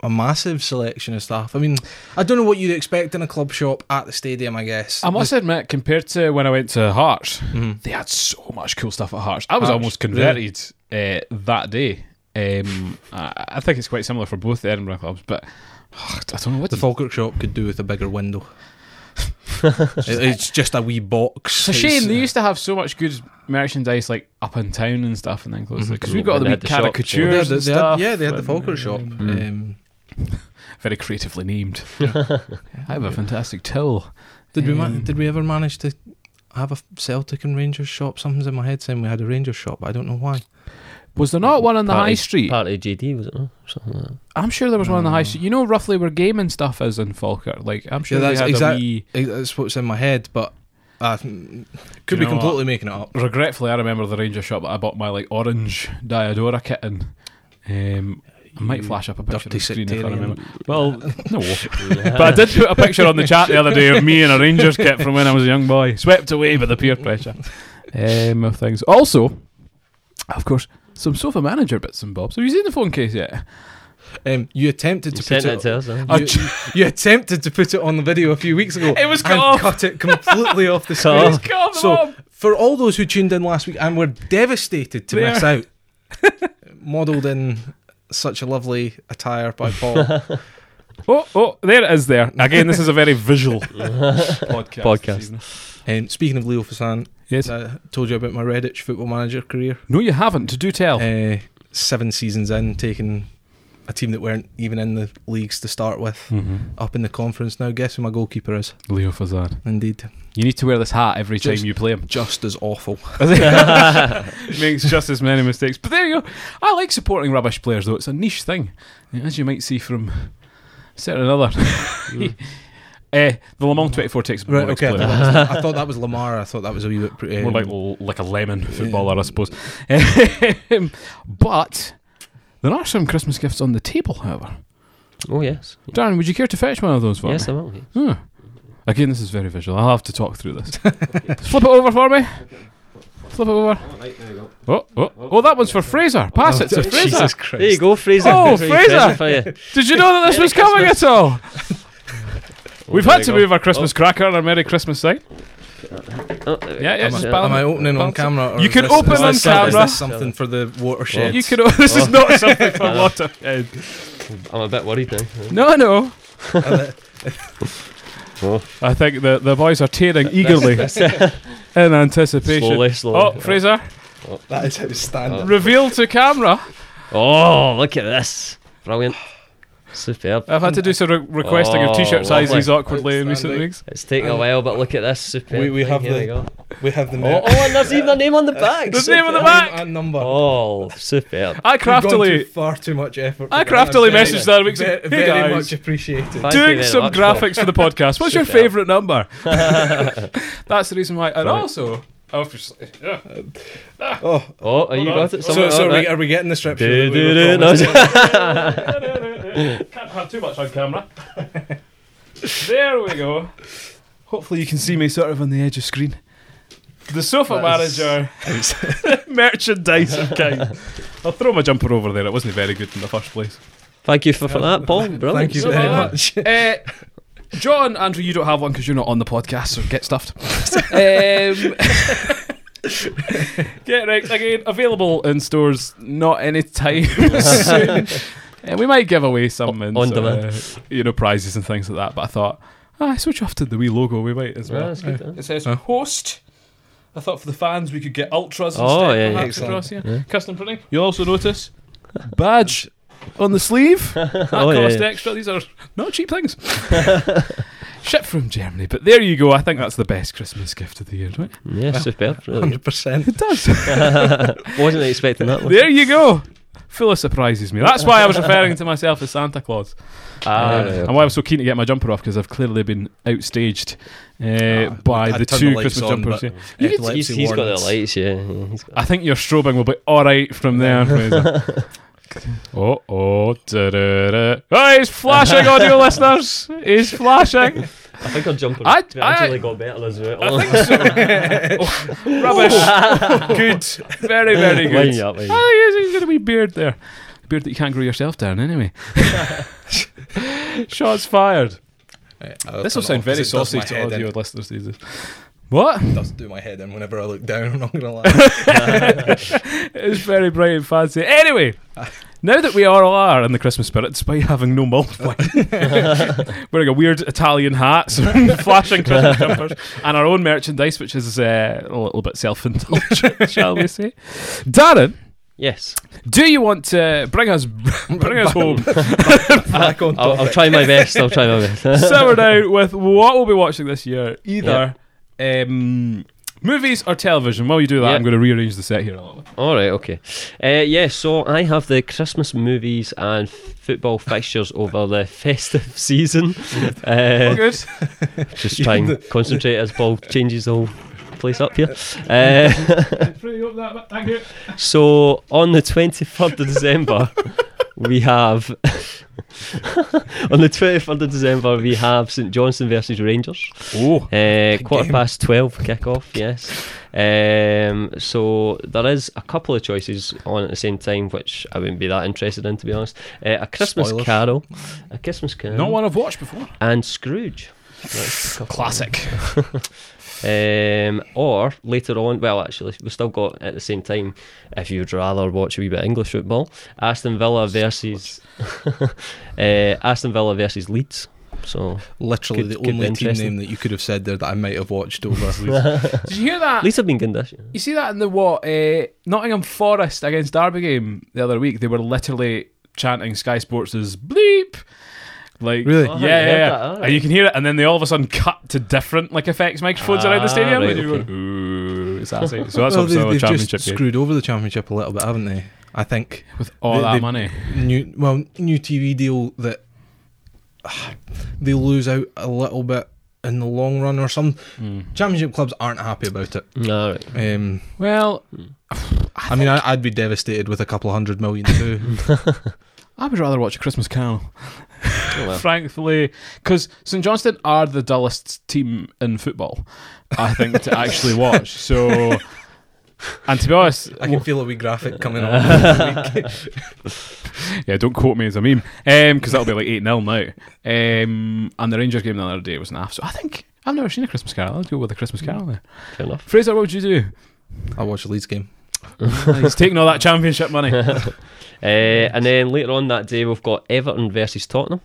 Speaker 3: a, a massive selection of stuff. I mean, I don't know what you'd expect in a club shop at the stadium. I guess.
Speaker 1: I must admit, compared to when I went to Hearts,
Speaker 3: Mhm.
Speaker 1: they had so much cool stuff at Hearts. I was
Speaker 3: Hearts,
Speaker 1: almost converted uh, that day. Um, I, I think it's quite similar for both the Edinburgh clubs, but ugh, I don't know what
Speaker 3: The
Speaker 1: to.
Speaker 3: Falkirk shop could do with a bigger window. It- it's just a wee box.
Speaker 1: It's a shame
Speaker 3: It's-
Speaker 1: they used to have so much good merchandise like up in town and stuff, and then closed
Speaker 3: Mhm.
Speaker 1: because we've got
Speaker 2: And
Speaker 1: the
Speaker 2: they
Speaker 1: wee
Speaker 2: had the shops, yeah.
Speaker 1: caricatures
Speaker 3: They had the-
Speaker 1: and
Speaker 3: they had-
Speaker 1: stuff.
Speaker 3: yeah, they had the
Speaker 1: and,
Speaker 3: Falkirk shop.
Speaker 1: um,
Speaker 3: Um,
Speaker 1: very creatively named. I have a fantastic till.
Speaker 3: Did we ma-
Speaker 1: Um,
Speaker 3: did we ever manage to have a Celtic and Rangers shop? Something's in my head saying we had a Rangers shop, but I don't know why.
Speaker 4: Was there not one on the
Speaker 2: Partly-
Speaker 4: high street?
Speaker 2: Partly GD, was it? no? Something like that.
Speaker 4: I'm sure there was one on the high street. You know roughly where gaming stuff is in Falkirk. Like I'm sure
Speaker 3: Yeah,
Speaker 4: they
Speaker 3: that's
Speaker 4: had
Speaker 3: exact-
Speaker 4: a wee.
Speaker 3: Eh, That's what's in my head, but I th-
Speaker 1: You
Speaker 3: could be
Speaker 1: know
Speaker 3: completely making it up.
Speaker 1: Regretfully, I remember the Ranger shop that I bought my like orange Diodora kit in. Um, I might
Speaker 3: You
Speaker 1: flash up a picture on
Speaker 3: dirty
Speaker 1: the screen if I
Speaker 3: sectarian.
Speaker 1: remember. Well, no. but I did put a picture on the chat the other day of me in a Rangers kit from when I was a young boy, swept away by the peer pressure um, of things.
Speaker 4: Also, of course, some sofa manager bits and bobs. Have you seen the phone case yet?
Speaker 3: Um, you attempted
Speaker 2: You
Speaker 3: to
Speaker 2: sent
Speaker 3: put
Speaker 2: it
Speaker 3: it.
Speaker 2: to us, eh?
Speaker 1: I
Speaker 3: You,
Speaker 1: j-
Speaker 3: you attempted to put it on the video a few weeks ago.
Speaker 1: It was cut
Speaker 3: and
Speaker 1: off.
Speaker 3: Cut it completely off the
Speaker 2: Cut
Speaker 3: screen.
Speaker 2: off.
Speaker 1: Come
Speaker 3: Oh. So-
Speaker 1: on.
Speaker 3: For all those who tuned in last week and were devastated to
Speaker 1: They
Speaker 3: miss out, modelled in such a lovely attire by Paul.
Speaker 1: Oh, oh, there it is. There again. This is a very visual podcast.
Speaker 2: Podcast.
Speaker 1: this evening.
Speaker 3: um, speaking of Leo Fasan,
Speaker 4: Yes.
Speaker 3: I told you about my Redditch football manager career.
Speaker 4: No, you haven't. To do tell.
Speaker 3: Uh, seven seasons in, taking a team that weren't even in the leagues to start with
Speaker 1: Mm-hmm.
Speaker 3: up in the conference. Now, guess who my goalkeeper is?
Speaker 4: Leo Fazan.
Speaker 3: Indeed,
Speaker 4: You need to wear this hat every
Speaker 3: Just-
Speaker 4: time you play him.
Speaker 3: just as awful.
Speaker 1: Makes just as many mistakes. But there you go. I like supporting rubbish players, though. It's a niche thing, as you might see from certain other. Eh, the Le Mans 24 takes
Speaker 3: Right,
Speaker 1: more
Speaker 3: okay. I thought,
Speaker 1: explaining.
Speaker 3: that was, I thought that was Lamar. I thought that was a wee bit. Pretty,
Speaker 1: More
Speaker 3: um,
Speaker 1: like like a lemon footballer, I suppose. Um, but
Speaker 4: There are some Christmas gifts on the table, however.
Speaker 2: Oh, yes.
Speaker 4: Darren, would you care to fetch one of those for
Speaker 2: Yes,
Speaker 4: me?
Speaker 2: I will.
Speaker 4: Hmm. Again, this is very visual. I'll have to talk through this. Flip it over for me. Flip it over. Oh, oh, oh, that one's for Fraser. Pass
Speaker 2: Oh,
Speaker 4: it to Fraser.
Speaker 3: Jesus Christ.
Speaker 2: There you go, Fraser.
Speaker 4: Oh,
Speaker 2: That's what you
Speaker 4: Fraser!
Speaker 2: present for you.
Speaker 4: Did you know that this
Speaker 2: Merry Oh,
Speaker 4: was coming at all? We've
Speaker 2: there
Speaker 4: had
Speaker 2: you
Speaker 4: to
Speaker 2: go.
Speaker 4: move our Christmas cracker and our Merry Christmas sign.
Speaker 2: Oh, there we
Speaker 1: Yeah,
Speaker 2: go.
Speaker 1: yeah,
Speaker 3: Am,
Speaker 1: just
Speaker 3: I,
Speaker 1: balance-
Speaker 3: am I opening on
Speaker 1: balance it.
Speaker 3: camera? or
Speaker 1: You
Speaker 3: is
Speaker 1: can
Speaker 3: this-
Speaker 1: open
Speaker 3: is
Speaker 1: on
Speaker 3: this some-
Speaker 1: camera.
Speaker 3: Is this something for the watershed?
Speaker 1: you can. This is not something for
Speaker 2: Oh.
Speaker 1: water. Uh,
Speaker 2: I'm a bit worried now.
Speaker 4: No, no.
Speaker 2: Oh,
Speaker 1: I think the the boys are tearing eagerly in anticipation.
Speaker 2: slowly, slowly.
Speaker 1: Oh, Fraser,
Speaker 3: that is outstanding.
Speaker 1: reveal to camera.
Speaker 2: Oh, look at this. Brilliant. Superb.
Speaker 1: I've had to do some re- requesting of
Speaker 2: Oh,
Speaker 1: t-shirt
Speaker 2: lovely.
Speaker 1: sizes awkwardly in recent
Speaker 3: Outstanding.
Speaker 1: weeks.
Speaker 2: It's taken a while, but look at this. Superb.
Speaker 3: We- we
Speaker 2: thing.
Speaker 3: have
Speaker 2: Here
Speaker 3: the-
Speaker 2: we go.
Speaker 3: We have the
Speaker 2: Oh,
Speaker 3: name.
Speaker 2: oh, and there's even a name on the back.
Speaker 1: There's name on the
Speaker 3: name
Speaker 1: back.
Speaker 3: and number.
Speaker 2: Oh, superb.
Speaker 1: I
Speaker 3: We've gone
Speaker 1: craftily
Speaker 3: to far too much effort.
Speaker 1: I
Speaker 3: for that.
Speaker 1: craftily
Speaker 3: Very-
Speaker 1: messaged the other week,
Speaker 3: Very,
Speaker 1: saying, "Hey,
Speaker 3: very
Speaker 1: guys."
Speaker 3: much appreciated.
Speaker 2: Thank you
Speaker 1: doing
Speaker 2: very
Speaker 1: some
Speaker 2: much, Paul.
Speaker 1: graphics for the podcast. What's your
Speaker 2: Sit down.
Speaker 1: favourite number? That's the reason why. And also, obviously, yeah.
Speaker 3: Oh,
Speaker 2: Oh, are you
Speaker 1: Hold on.
Speaker 2: got it?
Speaker 1: So-
Speaker 3: so,
Speaker 2: Someone-
Speaker 3: so
Speaker 2: oh,
Speaker 3: are, we,
Speaker 2: right.
Speaker 3: are we getting the strip? show
Speaker 2: Do,
Speaker 3: that we
Speaker 2: do,
Speaker 3: were
Speaker 2: do,
Speaker 3: promised?
Speaker 2: no.
Speaker 1: Can't have too much on camera. there we go. Hopefully, you can see me sort of on the edge of screen. The sofa
Speaker 3: That is-
Speaker 1: manager, merchandise of kind. I'll throw my jumper over there. It wasn't very good in the first place.
Speaker 2: Thank you for, for that, Paul. Brilliant.
Speaker 3: Thank you
Speaker 1: So
Speaker 3: very
Speaker 1: that-
Speaker 3: much.
Speaker 4: Uh, John, Andrew, you don't have one because you're not on the podcast, so get stuffed. um,
Speaker 1: Get right again. Available in stores. Not any time. And we might give away some
Speaker 2: O-
Speaker 1: in
Speaker 2: on
Speaker 1: sort of,
Speaker 2: demand.
Speaker 1: uh, you know, prizes and things like that. But I thought, ah, switch off to the wee logo. We might as
Speaker 2: Yeah,
Speaker 1: well.
Speaker 2: that's good, eh?
Speaker 1: It says
Speaker 3: Huh?
Speaker 1: host. I thought for the fans we could get ultras instead,
Speaker 2: Oh, yeah, yeah.
Speaker 1: perhaps
Speaker 3: Excellent.
Speaker 1: across here.
Speaker 2: Yeah.
Speaker 1: Custom printing. You'll also notice badge on the sleeve. That
Speaker 2: Oh, yeah,
Speaker 1: cost
Speaker 2: yeah.
Speaker 1: extra. These are not cheap things. Shipped from Germany, but there you go. I think that's the best Christmas gift of the year, right?
Speaker 2: Yeah, superb. Really.
Speaker 3: Hundred percent.
Speaker 1: It does.
Speaker 2: Wasn't expecting that one.
Speaker 1: there you go. Full of surprises, me. That's why I was referring to myself as Santa Claus.
Speaker 2: Ah,
Speaker 1: Uh,
Speaker 2: right,
Speaker 1: And why I'm so keen to get my jumper off because I've clearly been outstaged uh, by
Speaker 2: Ah,
Speaker 3: I'd
Speaker 1: the
Speaker 3: turn
Speaker 1: two
Speaker 3: the lights
Speaker 1: Christmas
Speaker 3: on,
Speaker 1: jumpers.
Speaker 3: but-
Speaker 1: yeah.
Speaker 2: You can-
Speaker 3: Epilepsy
Speaker 2: he's, he's got the
Speaker 3: warnings.
Speaker 2: lights, yeah. yeah, he's got-
Speaker 1: I think your strobing will be all right from there. Fraser. oh, oh, da-da-da. oh, he's flashing, audio listeners. He's flashing.
Speaker 2: I think our jumper
Speaker 1: I- I-
Speaker 2: got better as well.
Speaker 1: I think so. Oh, rubbish. good. Very, very
Speaker 2: Line
Speaker 1: good.
Speaker 2: you up, line you up.
Speaker 1: Oh, he's, he's got a wee beard there. Beard that you can't grow yourself down, anyway. Shots fired. This will sound very saucy to audio listeners these days. What?
Speaker 3: Does do my head in whenever I look down. I'm not gonna lie.
Speaker 1: It's very bright and fancy. Anyway, now that we all are in the Christmas spirit, despite having no multiply, wearing a weird Italian hat, some flashing Christmas jumpers, and our own merchandise, which is uh, a little bit self-indulgent, shall we say? Darren,
Speaker 2: Yes.
Speaker 1: do you want to bring us bring us home,
Speaker 3: Back on
Speaker 2: I'll, I'll
Speaker 3: topic.
Speaker 2: try my best. I'll try my best.
Speaker 1: simmer down with what we'll be watching this year? Either um, Movies or television? While you do that,
Speaker 2: Yeah.
Speaker 1: I'm going to rearrange the set here a little bit.
Speaker 2: All right, okay. Uh, yeah, so I have the Christmas movies and f- football fixtures over the festive season. Uh,
Speaker 1: Good.
Speaker 2: just try and concentrate as Paul changes the whole place up here. Uh,
Speaker 1: Pretty up that bit. Thank you.
Speaker 2: so on the 23rd of December, we have. on the 23rd of December, we have St Johnson versus Rangers.
Speaker 1: Oh,
Speaker 2: Uh, quarter
Speaker 3: game.
Speaker 2: past 12 kickoff, yes. Um, so there is a couple of choices on at the same time, which I wouldn't be that interested in, to be honest. Uh, a Christmas
Speaker 3: Spoilers.
Speaker 2: Carol, a Christmas Carol,
Speaker 1: not one I've watched before.
Speaker 2: and Scrooge. That's a couple.
Speaker 1: Classic.
Speaker 2: Um, or later on, well, actually, we've still got at the same time, if you'd rather watch a wee bit of English football, Aston Villa versus uh, Aston Villa versus Leeds. So
Speaker 3: Literally
Speaker 2: Could-
Speaker 3: the
Speaker 2: could be
Speaker 3: only team
Speaker 2: interesting.
Speaker 3: name that you could have said there that I might have watched over.
Speaker 1: Did you hear
Speaker 3: Ah.
Speaker 1: that?
Speaker 2: Leeds have been good this year.
Speaker 1: You see that in the what? Uh, Nottingham Forest against Derby game the other week. They were literally chanting Sky Sports' bleep. Like
Speaker 3: Really?
Speaker 2: Oh, I
Speaker 1: yeah,
Speaker 2: heard
Speaker 1: yeah,
Speaker 2: that,
Speaker 1: yeah.
Speaker 2: alright.
Speaker 1: and you can hear it, and then they all of a sudden cut to different like effects microphones around
Speaker 2: Ah,
Speaker 1: the stadium,
Speaker 2: right,
Speaker 1: and you're
Speaker 2: okay.
Speaker 1: going, "Ooh, is that it?" So that's
Speaker 3: well,
Speaker 1: obviously
Speaker 3: they,
Speaker 1: a
Speaker 3: they've just
Speaker 1: championship game
Speaker 3: screwed over the championship a little bit, haven't they? I think
Speaker 1: with all
Speaker 3: they-
Speaker 1: that
Speaker 3: they-
Speaker 1: money.
Speaker 3: new well new TV deal that they lose out a little bit in the long run or some
Speaker 1: Hmm.
Speaker 3: championship clubs aren't happy about it.
Speaker 2: All right.
Speaker 3: Um,
Speaker 1: Well,
Speaker 3: I, mean, I, I'd be devastated with a couple hundred million too.
Speaker 1: I would rather watch a Christmas Carol,
Speaker 2: Oh, well.
Speaker 1: frankly, because St Johnston are the dullest team in football. I think to actually watch. So, and to be honest,
Speaker 3: I can feel a wee graphic coming on.
Speaker 1: Yeah, don't quote me as a meme, because that'll be like eight 0 now. Um, and the Rangers game the other day was an half. So I think I've never seen a Christmas Carol. I'll go with a Christmas Carol there.
Speaker 2: Fair enough.
Speaker 1: Fraser, what would you do?
Speaker 3: I watch the Leeds game.
Speaker 1: He's taking all that championship money.
Speaker 2: Uh, and then later on that day, we've got Everton versus Tottenham.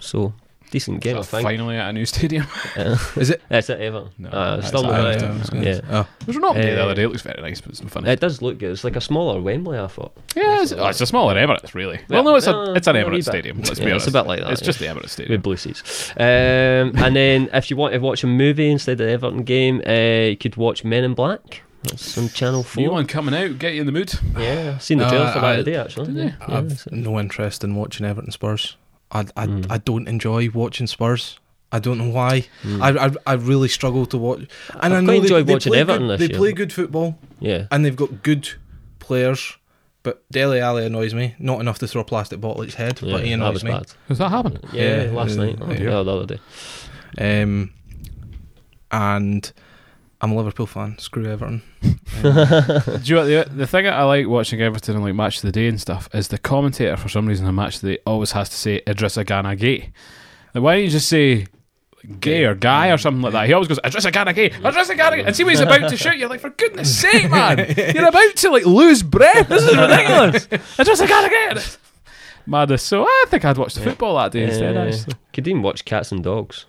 Speaker 2: So decent game, I think.
Speaker 1: Finally at a new stadium.
Speaker 3: Is it?
Speaker 2: That's it, Everton.
Speaker 1: No,
Speaker 2: Uh,
Speaker 1: that's
Speaker 2: still
Speaker 1: Oh,
Speaker 2: not
Speaker 1: Everton. yeah.
Speaker 2: right.
Speaker 3: I was gonna
Speaker 2: Yeah.
Speaker 3: say- oh.
Speaker 1: It was not the
Speaker 2: Uh,
Speaker 1: other day. It looks very nice, but it's not funny.
Speaker 2: It does look good. It's like a smaller Wembley, I thought.
Speaker 1: yeah, it's, oh, it's a smaller Emirates, really. Well, no, it's
Speaker 2: no,
Speaker 1: a it's an
Speaker 2: no, we
Speaker 1: Emirates
Speaker 2: bet.
Speaker 1: stadium. Let's be
Speaker 2: Yeah,
Speaker 1: honest.
Speaker 2: it's a bit like that,
Speaker 1: It's
Speaker 2: yeah.
Speaker 1: just the Emirates stadium.
Speaker 2: With blue seats. Um, and then if you want to watch a movie instead of the Everton game, uh, you could watch Men in Black. That's on Channel 4.
Speaker 1: New one coming out. Get you in the mood.
Speaker 2: Yeah, I've seen the
Speaker 3: Uh,
Speaker 2: trailer for
Speaker 3: I-
Speaker 2: that today, actually.
Speaker 1: did
Speaker 2: Yeah.
Speaker 1: you?
Speaker 2: Yeah,
Speaker 3: I've
Speaker 2: so- Hmm.
Speaker 3: no interest in watching Everton Spurs. I, I, I don't enjoy watching Spurs. I don't know why. I, I I really struggle to watch. And I
Speaker 2: I've Hmm. quite
Speaker 3: know they-
Speaker 2: enjoyed
Speaker 3: they
Speaker 2: watching
Speaker 3: play
Speaker 2: Everton
Speaker 3: good-
Speaker 2: this
Speaker 3: They
Speaker 2: year.
Speaker 3: play good football.
Speaker 2: yeah.
Speaker 3: and they've got good players. But Dele Alli annoys me. Not enough to throw a plastic bottle at his head,
Speaker 2: Yeah,
Speaker 3: but he
Speaker 2: that
Speaker 3: annoys
Speaker 2: was
Speaker 3: me.
Speaker 2: bad.
Speaker 1: Does that happen?
Speaker 2: Yeah,
Speaker 3: Yeah,
Speaker 2: last
Speaker 3: uh,
Speaker 2: night.
Speaker 3: yeah.
Speaker 2: Yeah, the other day.
Speaker 3: Um, and I'm a Liverpool fan. Screw Everton. Um,
Speaker 1: Do you know what the, the thing that I like watching Everton and like Match of the Day and stuff is the commentator for some reason on Match of the Day always has to say Idrissa Gana gay. Like, why don't you just say gay or guy or something like that? He always goes Idrissa Gana gay, Idrissa Gana gay, and see what he's about to shout. You're like, for goodness sake, man, you're about to like lose breath. This is ridiculous. Idrissa Gana gay. Madness. So I think I'd watch the football that day instead.
Speaker 2: Uh,
Speaker 1: Actually.
Speaker 2: could even watch Cats and Dogs.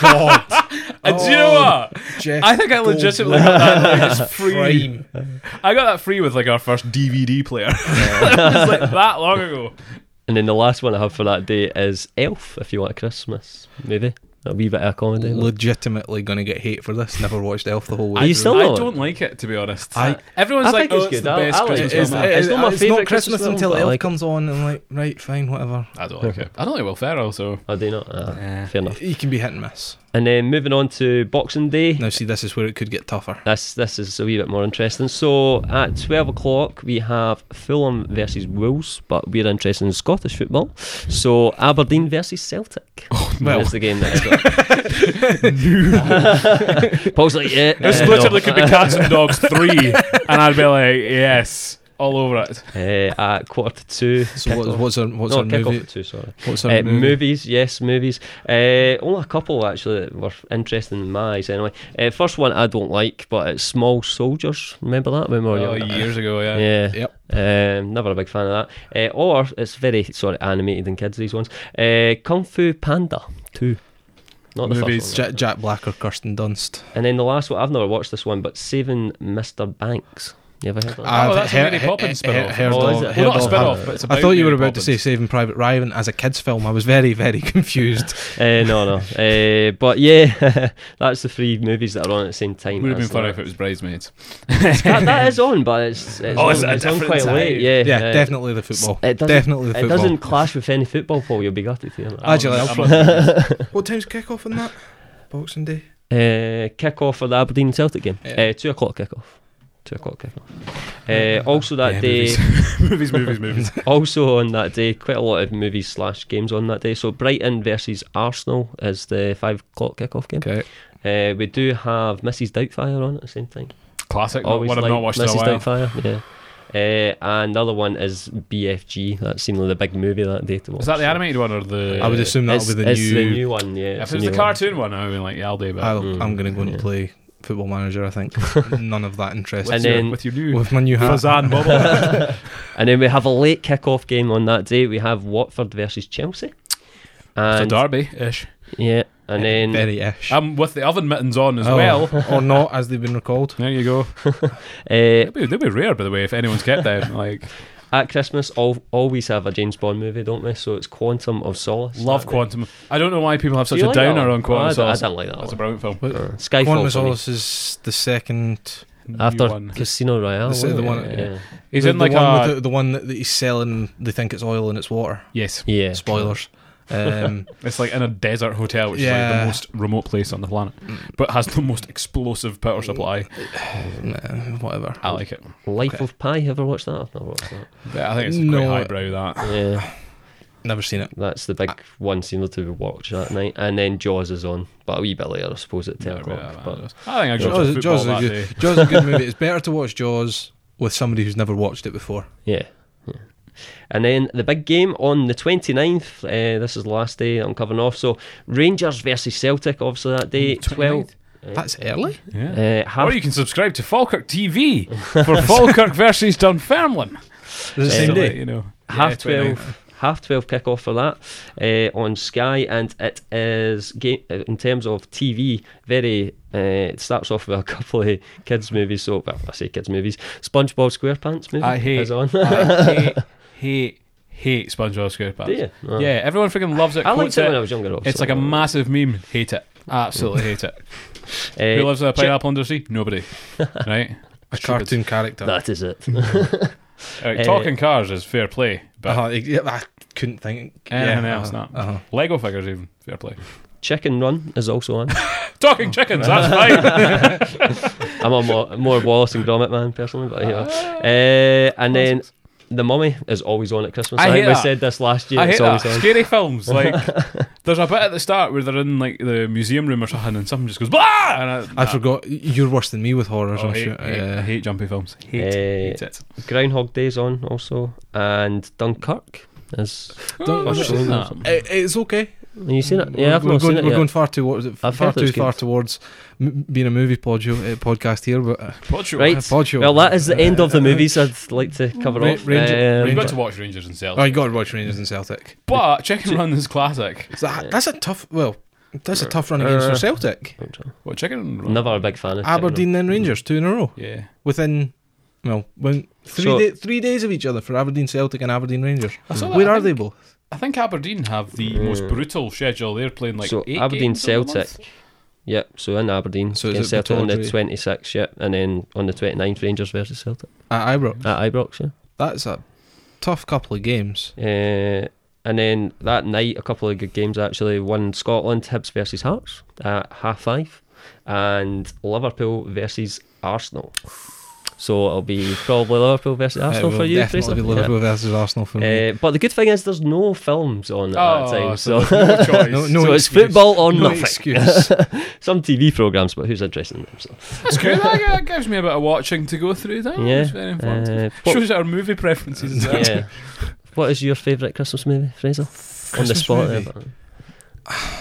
Speaker 1: And do you know what?
Speaker 3: Jeff
Speaker 1: I think I
Speaker 3: Goldblum
Speaker 1: legitimately got that like, as free.
Speaker 3: prime.
Speaker 1: I got that free with like our first DVD player. it was like that long ago.
Speaker 2: And then the last one I have for that day is Elf, if you want a Christmas movie. A wee bit of a comedy.
Speaker 3: Legitimately going to get hate for this. Never watched Elf the whole
Speaker 2: Are
Speaker 3: way.
Speaker 2: you
Speaker 3: through.
Speaker 2: still
Speaker 1: I
Speaker 2: not?
Speaker 1: don't like it to be honest.
Speaker 3: I-
Speaker 1: Everyone's
Speaker 2: I
Speaker 1: like,
Speaker 2: think
Speaker 1: oh,
Speaker 2: it's
Speaker 1: it's
Speaker 2: good.
Speaker 1: the
Speaker 2: I'll-
Speaker 1: best
Speaker 2: I'll like
Speaker 1: Christmas
Speaker 2: it. It's-
Speaker 1: film.
Speaker 2: it-
Speaker 1: ever."
Speaker 2: it's not my favourite Christmas
Speaker 3: Christmas
Speaker 2: film,
Speaker 3: until
Speaker 2: but I
Speaker 3: Elf
Speaker 2: like it.
Speaker 3: comes on. I'm like, right, fine, whatever.
Speaker 1: I don't like it. I don't like Will Ferrell, so
Speaker 2: I do not. Ah,
Speaker 1: Yeah.
Speaker 2: Fair enough.
Speaker 3: You can be hit and miss.
Speaker 2: And then moving on to Boxing Day.
Speaker 3: Now, see, this is where it could get tougher.
Speaker 2: This this is a wee bit more interesting. So at twelve o'clock we have Fulham versus Wolves, but we're interested in Scottish football. So Aberdeen versus Celtic. Oh,
Speaker 3: well.
Speaker 2: that's the game that I got. Paul's like, yeah.
Speaker 1: this
Speaker 2: uh,
Speaker 1: literally
Speaker 2: no.
Speaker 1: could be Cats and Dogs three, and I'd be like, yes, all over it.
Speaker 2: Uh, at quarter to two.
Speaker 3: So, what,
Speaker 2: kick-off.
Speaker 3: what's our what's
Speaker 2: no,
Speaker 3: our
Speaker 2: kick off
Speaker 3: movie?
Speaker 2: at two. Sorry.
Speaker 3: What's our
Speaker 2: Uh,
Speaker 3: movie?
Speaker 2: movies, yes, movies. Uh, only a couple actually that were interesting in my eyes. Anyway, uh, first one I don't like, but it's Small Soldiers. Remember that when we were
Speaker 1: Oh,
Speaker 2: young?
Speaker 1: years ago, yeah.
Speaker 2: Yeah.
Speaker 3: Yep.
Speaker 2: Um, never a big fan of that. Uh, or it's very sort of animated and kids these ones. Uh, Kung Fu Panda two. Not the
Speaker 1: Movies.
Speaker 2: first one.
Speaker 3: Jack, Jack Black or Kirsten Dunst?
Speaker 2: And then the last one I've never watched this one, but Saving Mr Banks. You ever heard of that?
Speaker 1: Oh,
Speaker 3: I've
Speaker 1: that's a
Speaker 3: he-
Speaker 1: Mary
Speaker 3: he-
Speaker 1: Poppins
Speaker 3: he- he-
Speaker 1: spin-off.
Speaker 3: heard
Speaker 2: Oh, is
Speaker 3: of-
Speaker 2: it?
Speaker 3: heard
Speaker 1: Well, not a
Speaker 3: of-
Speaker 1: spin-off,
Speaker 3: I-
Speaker 1: but it's
Speaker 3: I
Speaker 1: about
Speaker 3: thought you were
Speaker 1: Mary
Speaker 3: about to say
Speaker 1: Poppins.
Speaker 3: Saving Private Ryan as a kids' film. I was very, very confused.
Speaker 2: Eh, no, no. Eh, but yeah, that's the three movies that are on at the same time.
Speaker 4: Would have been
Speaker 2: That's
Speaker 4: funny
Speaker 2: not-
Speaker 4: if it was Bridesmaids.
Speaker 2: that, that is on, but it's, it's,
Speaker 1: Oh,
Speaker 2: on,
Speaker 1: it's at a
Speaker 2: it's on
Speaker 1: different
Speaker 2: quite
Speaker 1: time.
Speaker 2: late. Yeah,
Speaker 3: yeah,
Speaker 2: eh,
Speaker 3: definitely the football.
Speaker 2: It doesn't-
Speaker 3: definitely the
Speaker 2: It
Speaker 3: football.
Speaker 2: doesn't clash with any football, Paul. You'll be gutted to hear that.
Speaker 3: Actually,
Speaker 1: I'm-
Speaker 3: I'll
Speaker 1: I'm-
Speaker 3: What time's kick-off on that? Boxing Day.
Speaker 2: Uh, kick off for the Aberdeen Celtic game.
Speaker 3: Yeah.
Speaker 2: Uh, two o'clock kick off. Two o'clock kick off. Uh, also that
Speaker 1: Yeah,
Speaker 2: day,
Speaker 1: movies, movies, movies.
Speaker 2: also on that day, quite a lot of movies slash games on that day. So Brighton versus Arsenal is the five o'clock kick off game.
Speaker 3: Okay.
Speaker 2: Uh, we do have Mrs Doubtfire on at the same time.
Speaker 1: Classic.
Speaker 2: Always
Speaker 1: Oh, one I've
Speaker 2: like
Speaker 1: not watched in a
Speaker 2: Mrs
Speaker 1: while.
Speaker 2: Doubtfire. Yeah. Uh, and another one is BFG. That seemed like the big movie that day to watch.
Speaker 1: Is that
Speaker 2: so-
Speaker 1: the animated one or the?
Speaker 3: I would assume that'll
Speaker 2: it's,
Speaker 3: be the
Speaker 2: it's
Speaker 3: new-
Speaker 2: the new one. Yeah,
Speaker 1: If
Speaker 2: it's
Speaker 1: it was the
Speaker 2: new one.
Speaker 1: cartoon one, I would be like, yeah, I'll do that.
Speaker 3: I'll,
Speaker 2: Mm,
Speaker 3: I'm going to go and
Speaker 2: yeah.
Speaker 3: play Football Manager. I think none of that interests
Speaker 1: With
Speaker 2: And
Speaker 3: me.
Speaker 1: your-
Speaker 2: then-
Speaker 1: with your new
Speaker 3: with my new hat.
Speaker 1: Fazan bubble.
Speaker 2: And then we have a late kick-off game on that day. We have Watford versus Chelsea.
Speaker 1: It's a
Speaker 2: And
Speaker 1: derby ish.
Speaker 2: yeah, and then
Speaker 3: Very ish.
Speaker 1: I'm with the oven mittens on as
Speaker 3: Oh,
Speaker 1: well.
Speaker 3: or not as they've been recalled.
Speaker 1: There you go.
Speaker 2: uh,
Speaker 1: They'll be, they'll be rare, by the way, if anyone's kept them. Like,
Speaker 2: at Christmas, al- always have a James Bond movie, don't we? So it's Quantum of Solace.
Speaker 1: love
Speaker 2: that day.
Speaker 1: Quantum. I don't know why people have
Speaker 2: Do
Speaker 1: such
Speaker 2: you
Speaker 1: a
Speaker 2: like that
Speaker 1: downer
Speaker 2: one?
Speaker 1: on Quantum
Speaker 2: Oh, I don't- I
Speaker 1: Solace.
Speaker 2: don't like that
Speaker 1: That's a
Speaker 2: one.
Speaker 1: brilliant film.
Speaker 2: Uh,
Speaker 3: Quantum
Speaker 2: Skyfall.
Speaker 3: of
Speaker 2: for me.
Speaker 3: Solace is the second.
Speaker 1: New
Speaker 2: After
Speaker 1: one.
Speaker 2: Casino Royale.
Speaker 3: This is the
Speaker 2: wasn't
Speaker 3: one-
Speaker 2: it?
Speaker 1: yeah.
Speaker 2: Yeah.
Speaker 1: he's
Speaker 3: the,
Speaker 1: in
Speaker 3: the
Speaker 1: like
Speaker 3: one
Speaker 1: a
Speaker 3: with the, the one that, that he's selling. They think it's oil and it's water.
Speaker 1: yes.
Speaker 2: yeah.
Speaker 3: Spoilers. Um,
Speaker 1: It's like in a desert hotel, which is like
Speaker 3: Yeah.
Speaker 1: the most remote place on the planet, but has the most explosive power supply.
Speaker 3: nah, whatever.
Speaker 1: I like it.
Speaker 2: Life
Speaker 3: Okay.
Speaker 2: of Pi. Have you ever watched that? I've not watched that.
Speaker 1: Yeah, I think it's
Speaker 3: No.
Speaker 1: quite highbrow. That
Speaker 2: Yeah,
Speaker 3: Never seen it.
Speaker 2: that's the big one seen to watch that night. And then Jaws is on, but a wee bit later, I suppose, at ten
Speaker 1: Never been
Speaker 2: o'clock.
Speaker 1: that
Speaker 2: But
Speaker 1: bad. I think I got
Speaker 3: Jaws,
Speaker 1: football
Speaker 3: Jaws, is a
Speaker 1: that
Speaker 3: good,
Speaker 1: day.
Speaker 3: Jaws is a good movie. It's better to watch Jaws with somebody who's never watched it before.
Speaker 2: Yeah. yeah. And then the big game on the 29th. Uh, this is the last day I'm covering off. So Rangers versus Celtic, obviously, that day. 12.
Speaker 1: 29th?
Speaker 3: That's early.
Speaker 1: Mm, Yeah.
Speaker 2: Uh,
Speaker 1: Or
Speaker 2: half,
Speaker 1: you can subscribe to Falkirk TV for Falkirk versus Dunfermline.
Speaker 3: Is it
Speaker 1: So
Speaker 3: the same
Speaker 1: that,
Speaker 3: day?
Speaker 1: you know.
Speaker 2: half
Speaker 1: Yeah, 29th.
Speaker 2: 12. Half 12 kick off for that uh, on Sky, and it is game eh, in terms of TV. Very, uh, it starts off with a couple of kids' movies. So, well, I say kids' movies, SpongeBob SquarePants movie
Speaker 1: I hate,
Speaker 2: is on.
Speaker 1: I hate, hate, hate SpongeBob SquarePants.
Speaker 2: Do you? No.
Speaker 1: Yeah, everyone freaking loves it.
Speaker 2: I liked
Speaker 1: quotes
Speaker 2: it when I was younger.
Speaker 1: It's like a
Speaker 2: obviously.
Speaker 1: massive meme. Hate it. Absolutely hate it.
Speaker 2: Uh,
Speaker 1: Who lives in a
Speaker 2: Chi-
Speaker 1: pineapple under the sea? Nobody. Right?
Speaker 3: A cartoon character.
Speaker 2: That is it.
Speaker 1: Alright,
Speaker 2: Eh,
Speaker 1: Uh, talking cars is fair play, but
Speaker 3: Uh-huh, yeah, I couldn't think.
Speaker 1: anything
Speaker 3: yeah,
Speaker 1: else,
Speaker 3: uh-huh,
Speaker 1: not.
Speaker 3: uh-huh.
Speaker 1: Lego figures even fair play.
Speaker 2: Chicken Run is also on.
Speaker 1: Talking chickens, that's fine.
Speaker 2: I'm a more, more Wallace and Gromit man personally, but yeah.
Speaker 1: Ah,
Speaker 2: Uh, and then the Mummy is always on at Christmas.
Speaker 1: I
Speaker 2: I,
Speaker 1: hate
Speaker 2: think we
Speaker 1: that.
Speaker 2: said this last year.
Speaker 1: I hate
Speaker 2: it's
Speaker 1: that.
Speaker 2: always on.
Speaker 1: Scary films. Like there's a bit at the start where they're in like the museum room or something, and someone just goes blah. And I,
Speaker 3: I
Speaker 1: nah.
Speaker 3: forgot. You're worse than me with horrors.
Speaker 1: Oh,
Speaker 3: I'm
Speaker 1: hate,
Speaker 3: sure.
Speaker 1: hate- I
Speaker 3: Yeah.
Speaker 1: hate jumpy films. Hate,
Speaker 2: Eh,
Speaker 1: hate it.
Speaker 2: Groundhog Day's on also, and Dunkirk is.
Speaker 3: Don't-
Speaker 1: I've
Speaker 3: I've
Speaker 1: seen
Speaker 2: seen
Speaker 1: that.
Speaker 3: Uh, It- It's okay.
Speaker 2: Have you seen it? Yeah, I've
Speaker 3: Mm, we're
Speaker 2: not
Speaker 3: going,
Speaker 2: seen it
Speaker 3: we're
Speaker 2: yet.
Speaker 3: going far too. What was it?
Speaker 2: I've
Speaker 3: far
Speaker 2: heard
Speaker 3: too
Speaker 2: it's
Speaker 3: far
Speaker 2: good.
Speaker 3: towards m- being a movie podio, uh, podcast here, but uh,
Speaker 1: Podshow.
Speaker 2: Right.
Speaker 3: podio.
Speaker 2: Well, that is the end of the movies I'd like to cover
Speaker 3: Ra-
Speaker 2: off.
Speaker 3: Ranger-
Speaker 2: Um,
Speaker 1: You've
Speaker 3: Ranger-
Speaker 1: got to watch Rangers and Celtic.
Speaker 3: Oh, you got to watch Rangers and Celtic.
Speaker 1: But Chicken Run is classic.
Speaker 3: So that- that's a tough. Well, that's a tough run against
Speaker 2: Uh,
Speaker 3: for Celtic.
Speaker 1: What Chicken Run?
Speaker 2: Never a big fan of Chicken Run.
Speaker 3: Aberdeen then Rangers, two in a row
Speaker 1: Yeah.
Speaker 3: within. Well, when three
Speaker 2: So-
Speaker 3: day, three days of each other for Aberdeen Celtic and Aberdeen Rangers.
Speaker 1: I saw that,
Speaker 3: Where
Speaker 1: I
Speaker 3: are they
Speaker 1: think-
Speaker 3: both?
Speaker 1: I think Aberdeen have the most brutal schedule. They're playing like
Speaker 2: so
Speaker 1: eight
Speaker 2: Aberdeen
Speaker 1: games in a month.
Speaker 2: Celtic. Yep, so in Aberdeen
Speaker 3: So is
Speaker 2: against
Speaker 3: it
Speaker 2: Celtic on the
Speaker 3: Pittodrie?
Speaker 2: 26th, yep, and then on the 29th, Rangers versus Celtic
Speaker 3: At Ibrox.
Speaker 2: at Ibrox, yeah.
Speaker 3: That's a tough couple of games.
Speaker 2: Uh, and then that night, a couple of good games actually. One in Scotland, Hibs versus Hearts at half five, and Liverpool versus Arsenal. So it'll be probably Liverpool versus
Speaker 3: It
Speaker 2: Arsenal
Speaker 3: will
Speaker 2: for you,
Speaker 3: Uh, definitely
Speaker 2: Fraser.
Speaker 3: be Liverpool versus Arsenal for me.
Speaker 2: Yeah. Uh, but the good thing is, there's no films on at
Speaker 1: Oh,
Speaker 2: that time,
Speaker 1: so
Speaker 2: so,
Speaker 1: there's no choice.
Speaker 3: No, no
Speaker 2: so it's
Speaker 3: excuse.
Speaker 2: football or
Speaker 3: no
Speaker 2: nothing.
Speaker 3: excuse.
Speaker 2: Some TV programs, but who's interested in them? So.
Speaker 1: That's cool. That that gives me a bit of watching to go through. That yeah.
Speaker 2: Yeah,
Speaker 1: very informative.
Speaker 2: uh,
Speaker 1: Shows our movie preferences. as well.
Speaker 2: Yeah. What is your favourite Christmas movie, Fraser? on the
Speaker 3: Christmas
Speaker 2: spot,
Speaker 3: movie?
Speaker 2: there, but-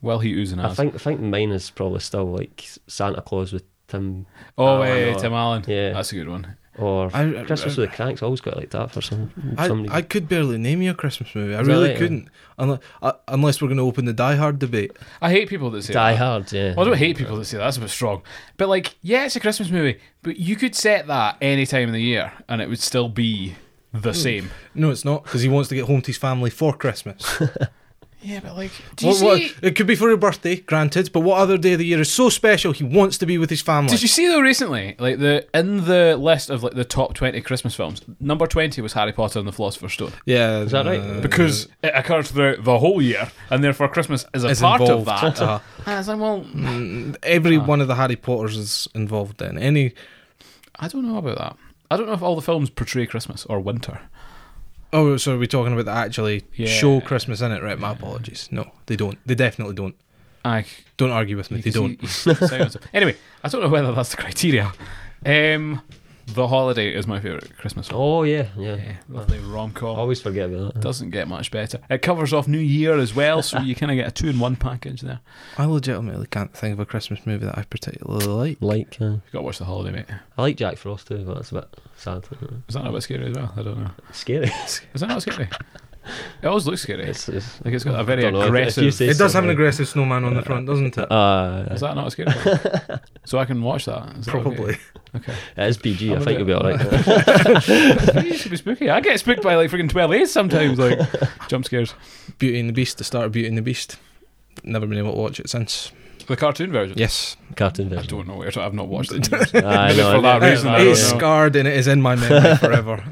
Speaker 1: Well, he oozing
Speaker 2: I
Speaker 1: us.
Speaker 2: think I think mine is probably still like Santa Claus with Tim.
Speaker 1: Oh,
Speaker 2: Oh, I
Speaker 1: eh,
Speaker 2: know.
Speaker 1: Tim Allen.
Speaker 2: Yeah.
Speaker 1: That's a good one.
Speaker 2: or
Speaker 3: I- I-
Speaker 2: Christmas with the Cranks. I always quite like that for some
Speaker 3: I,
Speaker 2: some reason.
Speaker 3: I could barely name you a Christmas movie. I
Speaker 2: Is that
Speaker 3: really
Speaker 2: it?
Speaker 3: couldn't, unless, uh, unless we're going to open the Die Hard debate.
Speaker 1: I hate people that say
Speaker 2: Die
Speaker 1: that.
Speaker 2: Hard, yeah.
Speaker 1: Well, I don't hate people that say that. That's a bit strong. But like, yeah, it's a Christmas movie, but you could set that any time of the year, and it would still be the
Speaker 2: Hmm.
Speaker 1: same.
Speaker 3: No, it's not because he wants to get home to his family for Christmas.
Speaker 1: Yeah, but like, do you
Speaker 3: What- what-
Speaker 1: see?
Speaker 3: it could be for your birthday, granted, but what other day of the year is so special he wants to be with his family?
Speaker 1: Did you see though recently? Like the in the list of like the top twenty Christmas films, number twenty was Harry Potter and the Philosopher's Stone
Speaker 3: yeah, uh,
Speaker 2: Is that right?
Speaker 1: Uh, because it occurs throughout the whole year, and therefore Christmas is a
Speaker 3: is
Speaker 1: part
Speaker 3: involved.
Speaker 1: of that.
Speaker 3: Uh,
Speaker 1: And it's like, well,
Speaker 3: mm, every one of the Harry Potters is involved in any.
Speaker 1: I don't know about that. I don't know if all the films portray Christmas or winter.
Speaker 3: Oh, so are we talking about that actually
Speaker 1: Yeah.
Speaker 3: show Christmas in it? Right, my apologies. No, they don't. They definitely don't.
Speaker 1: I
Speaker 3: Don't argue with me. They don't.
Speaker 1: don't. anyway, I don't know whether that's the criteria. Um, the holiday is my favorite Christmas film.
Speaker 2: Oh yeah, yeah.
Speaker 1: Yeah, lovely rom
Speaker 2: I
Speaker 1: com.
Speaker 2: always forget about that.
Speaker 1: Doesn't get much better. It covers off New Year as well, so you kind of get a two in one package there.
Speaker 3: I legitimately can't think of a Christmas movie that I particularly like.
Speaker 2: Like, uh,
Speaker 1: You got to watch the holiday, mate.
Speaker 2: I like Jack Frost too, but that's a bit sad.
Speaker 1: Is that not a bit scary as well? I don't know.
Speaker 2: Scary.
Speaker 1: Is that not scary? It always looks scary.
Speaker 2: It's, it's,
Speaker 1: like it's got a very
Speaker 2: Don't know, if- if you
Speaker 1: aggressive.
Speaker 2: say
Speaker 3: It does have an
Speaker 2: something-
Speaker 3: aggressive snowman on the front, doesn't it?
Speaker 2: Uh,
Speaker 1: Is that not scary? so I can watch that. Is that okay?
Speaker 3: Probably.
Speaker 1: Okay.
Speaker 2: it is PG.
Speaker 1: I'm
Speaker 2: I
Speaker 1: a
Speaker 2: think
Speaker 1: bit-
Speaker 2: you'll be alright.
Speaker 1: it should be spooky. I get spooked by like freaking twelve A's sometimes, like jump scares.
Speaker 3: Beauty and the Beast, the start of Beauty and the Beast. Never been able to watch it since.
Speaker 1: The cartoon version.
Speaker 3: Yes.
Speaker 2: Cartoon
Speaker 1: I
Speaker 2: version.
Speaker 1: don't know. I've not watched it.
Speaker 2: I
Speaker 1: Maybe
Speaker 2: know,
Speaker 1: for
Speaker 2: I
Speaker 1: that
Speaker 2: know.
Speaker 1: reason. I
Speaker 3: It
Speaker 1: don't
Speaker 3: is
Speaker 1: know.
Speaker 3: scarred and it is in my memory forever.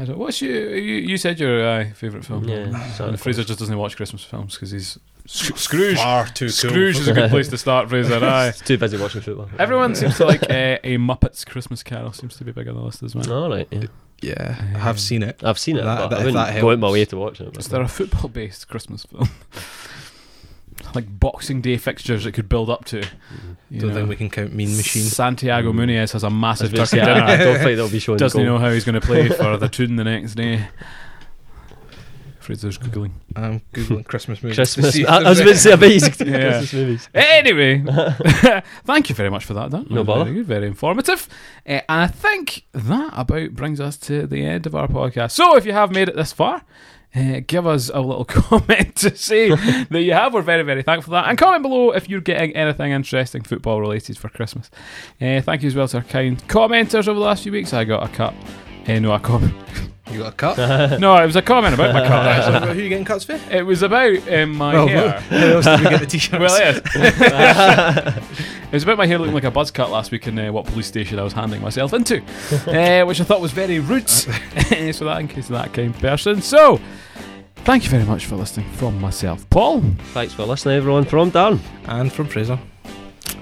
Speaker 1: I don't- What's your, you? You said your uh, favorite film.
Speaker 2: Yeah. so-
Speaker 1: And Fraser just doesn't watch Christmas films because he's sc- Scrooge.
Speaker 3: Far too
Speaker 1: Scrooge is a good place to start, Fraser. Aye.
Speaker 2: He's too busy watching football.
Speaker 1: Everyone seems to like uh, a Muppets Christmas Carol seems to be big on the list as well.
Speaker 2: All right. Yeah.
Speaker 3: Yeah, I have seen it.
Speaker 2: I've seen it,
Speaker 3: That-
Speaker 2: but
Speaker 3: that-
Speaker 2: I
Speaker 3: if
Speaker 2: wouldn't
Speaker 3: that
Speaker 2: go out my
Speaker 3: helps.
Speaker 2: way to watch it. but-
Speaker 1: Is there a football based Christmas film? like Boxing Day fixtures it could build up to. You
Speaker 3: Don't
Speaker 1: know.
Speaker 3: think we can count Mean Machine. Mm.
Speaker 1: Santiago Munez has a
Speaker 2: I was
Speaker 1: massive
Speaker 2: gonna
Speaker 1: turkey
Speaker 2: say, I, I
Speaker 1: dinner.
Speaker 2: don't think they'll be showing.
Speaker 1: Doesn't
Speaker 2: goal.
Speaker 1: he know how he's going to play for the tune the next day? Fraser's googling.
Speaker 3: I'm googling Christmas movies. to
Speaker 2: Christmas.
Speaker 3: see if
Speaker 2: I, I was
Speaker 3: there's
Speaker 2: about to say amazing
Speaker 1: Yeah.
Speaker 2: Christmas movies.
Speaker 1: Anyway, thank you very much for that, Dan.
Speaker 2: No
Speaker 1: That was
Speaker 2: bother.
Speaker 1: Very good, very informative. Uh, and I think that about brings us to the end of our podcast. So if you have made it this far, uh, give us a little comment to say that you have. We're very, very thankful for that. And comment below if you're getting anything interesting football related for Christmas. Uh, thank you as well to our kind commenters over the last few weeks. I got a cut. Uh, no, a comment.
Speaker 3: any- You got a cut?
Speaker 1: No, it was a comment about my cut.
Speaker 3: Right, so
Speaker 1: Actually.
Speaker 3: who are you getting cuts for?
Speaker 1: It was about um, my
Speaker 2: Oh,
Speaker 3: Well,
Speaker 1: hair.
Speaker 3: who else did we get the t-shirts?
Speaker 1: Well, yes. it was about my hair looking like a buzz cut last week in uh, what police station I was handing myself into, uh, which I thought was very rude. so that in case of that kind of person. So, thank you very much for listening from myself, Paul.
Speaker 2: Thanks for listening, everyone. From Dan.
Speaker 3: And from Fraser.
Speaker 1: That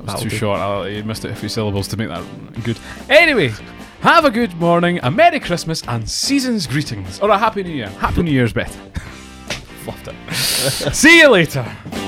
Speaker 1: was
Speaker 3: That'll
Speaker 1: too
Speaker 3: do.
Speaker 1: short. I you missed it a few syllables to make that good. Anyway, have a good morning, a Merry Christmas, and season's greetings, or a Happy New Year. Happy New Year's, Beth. Fluffed it. See you later.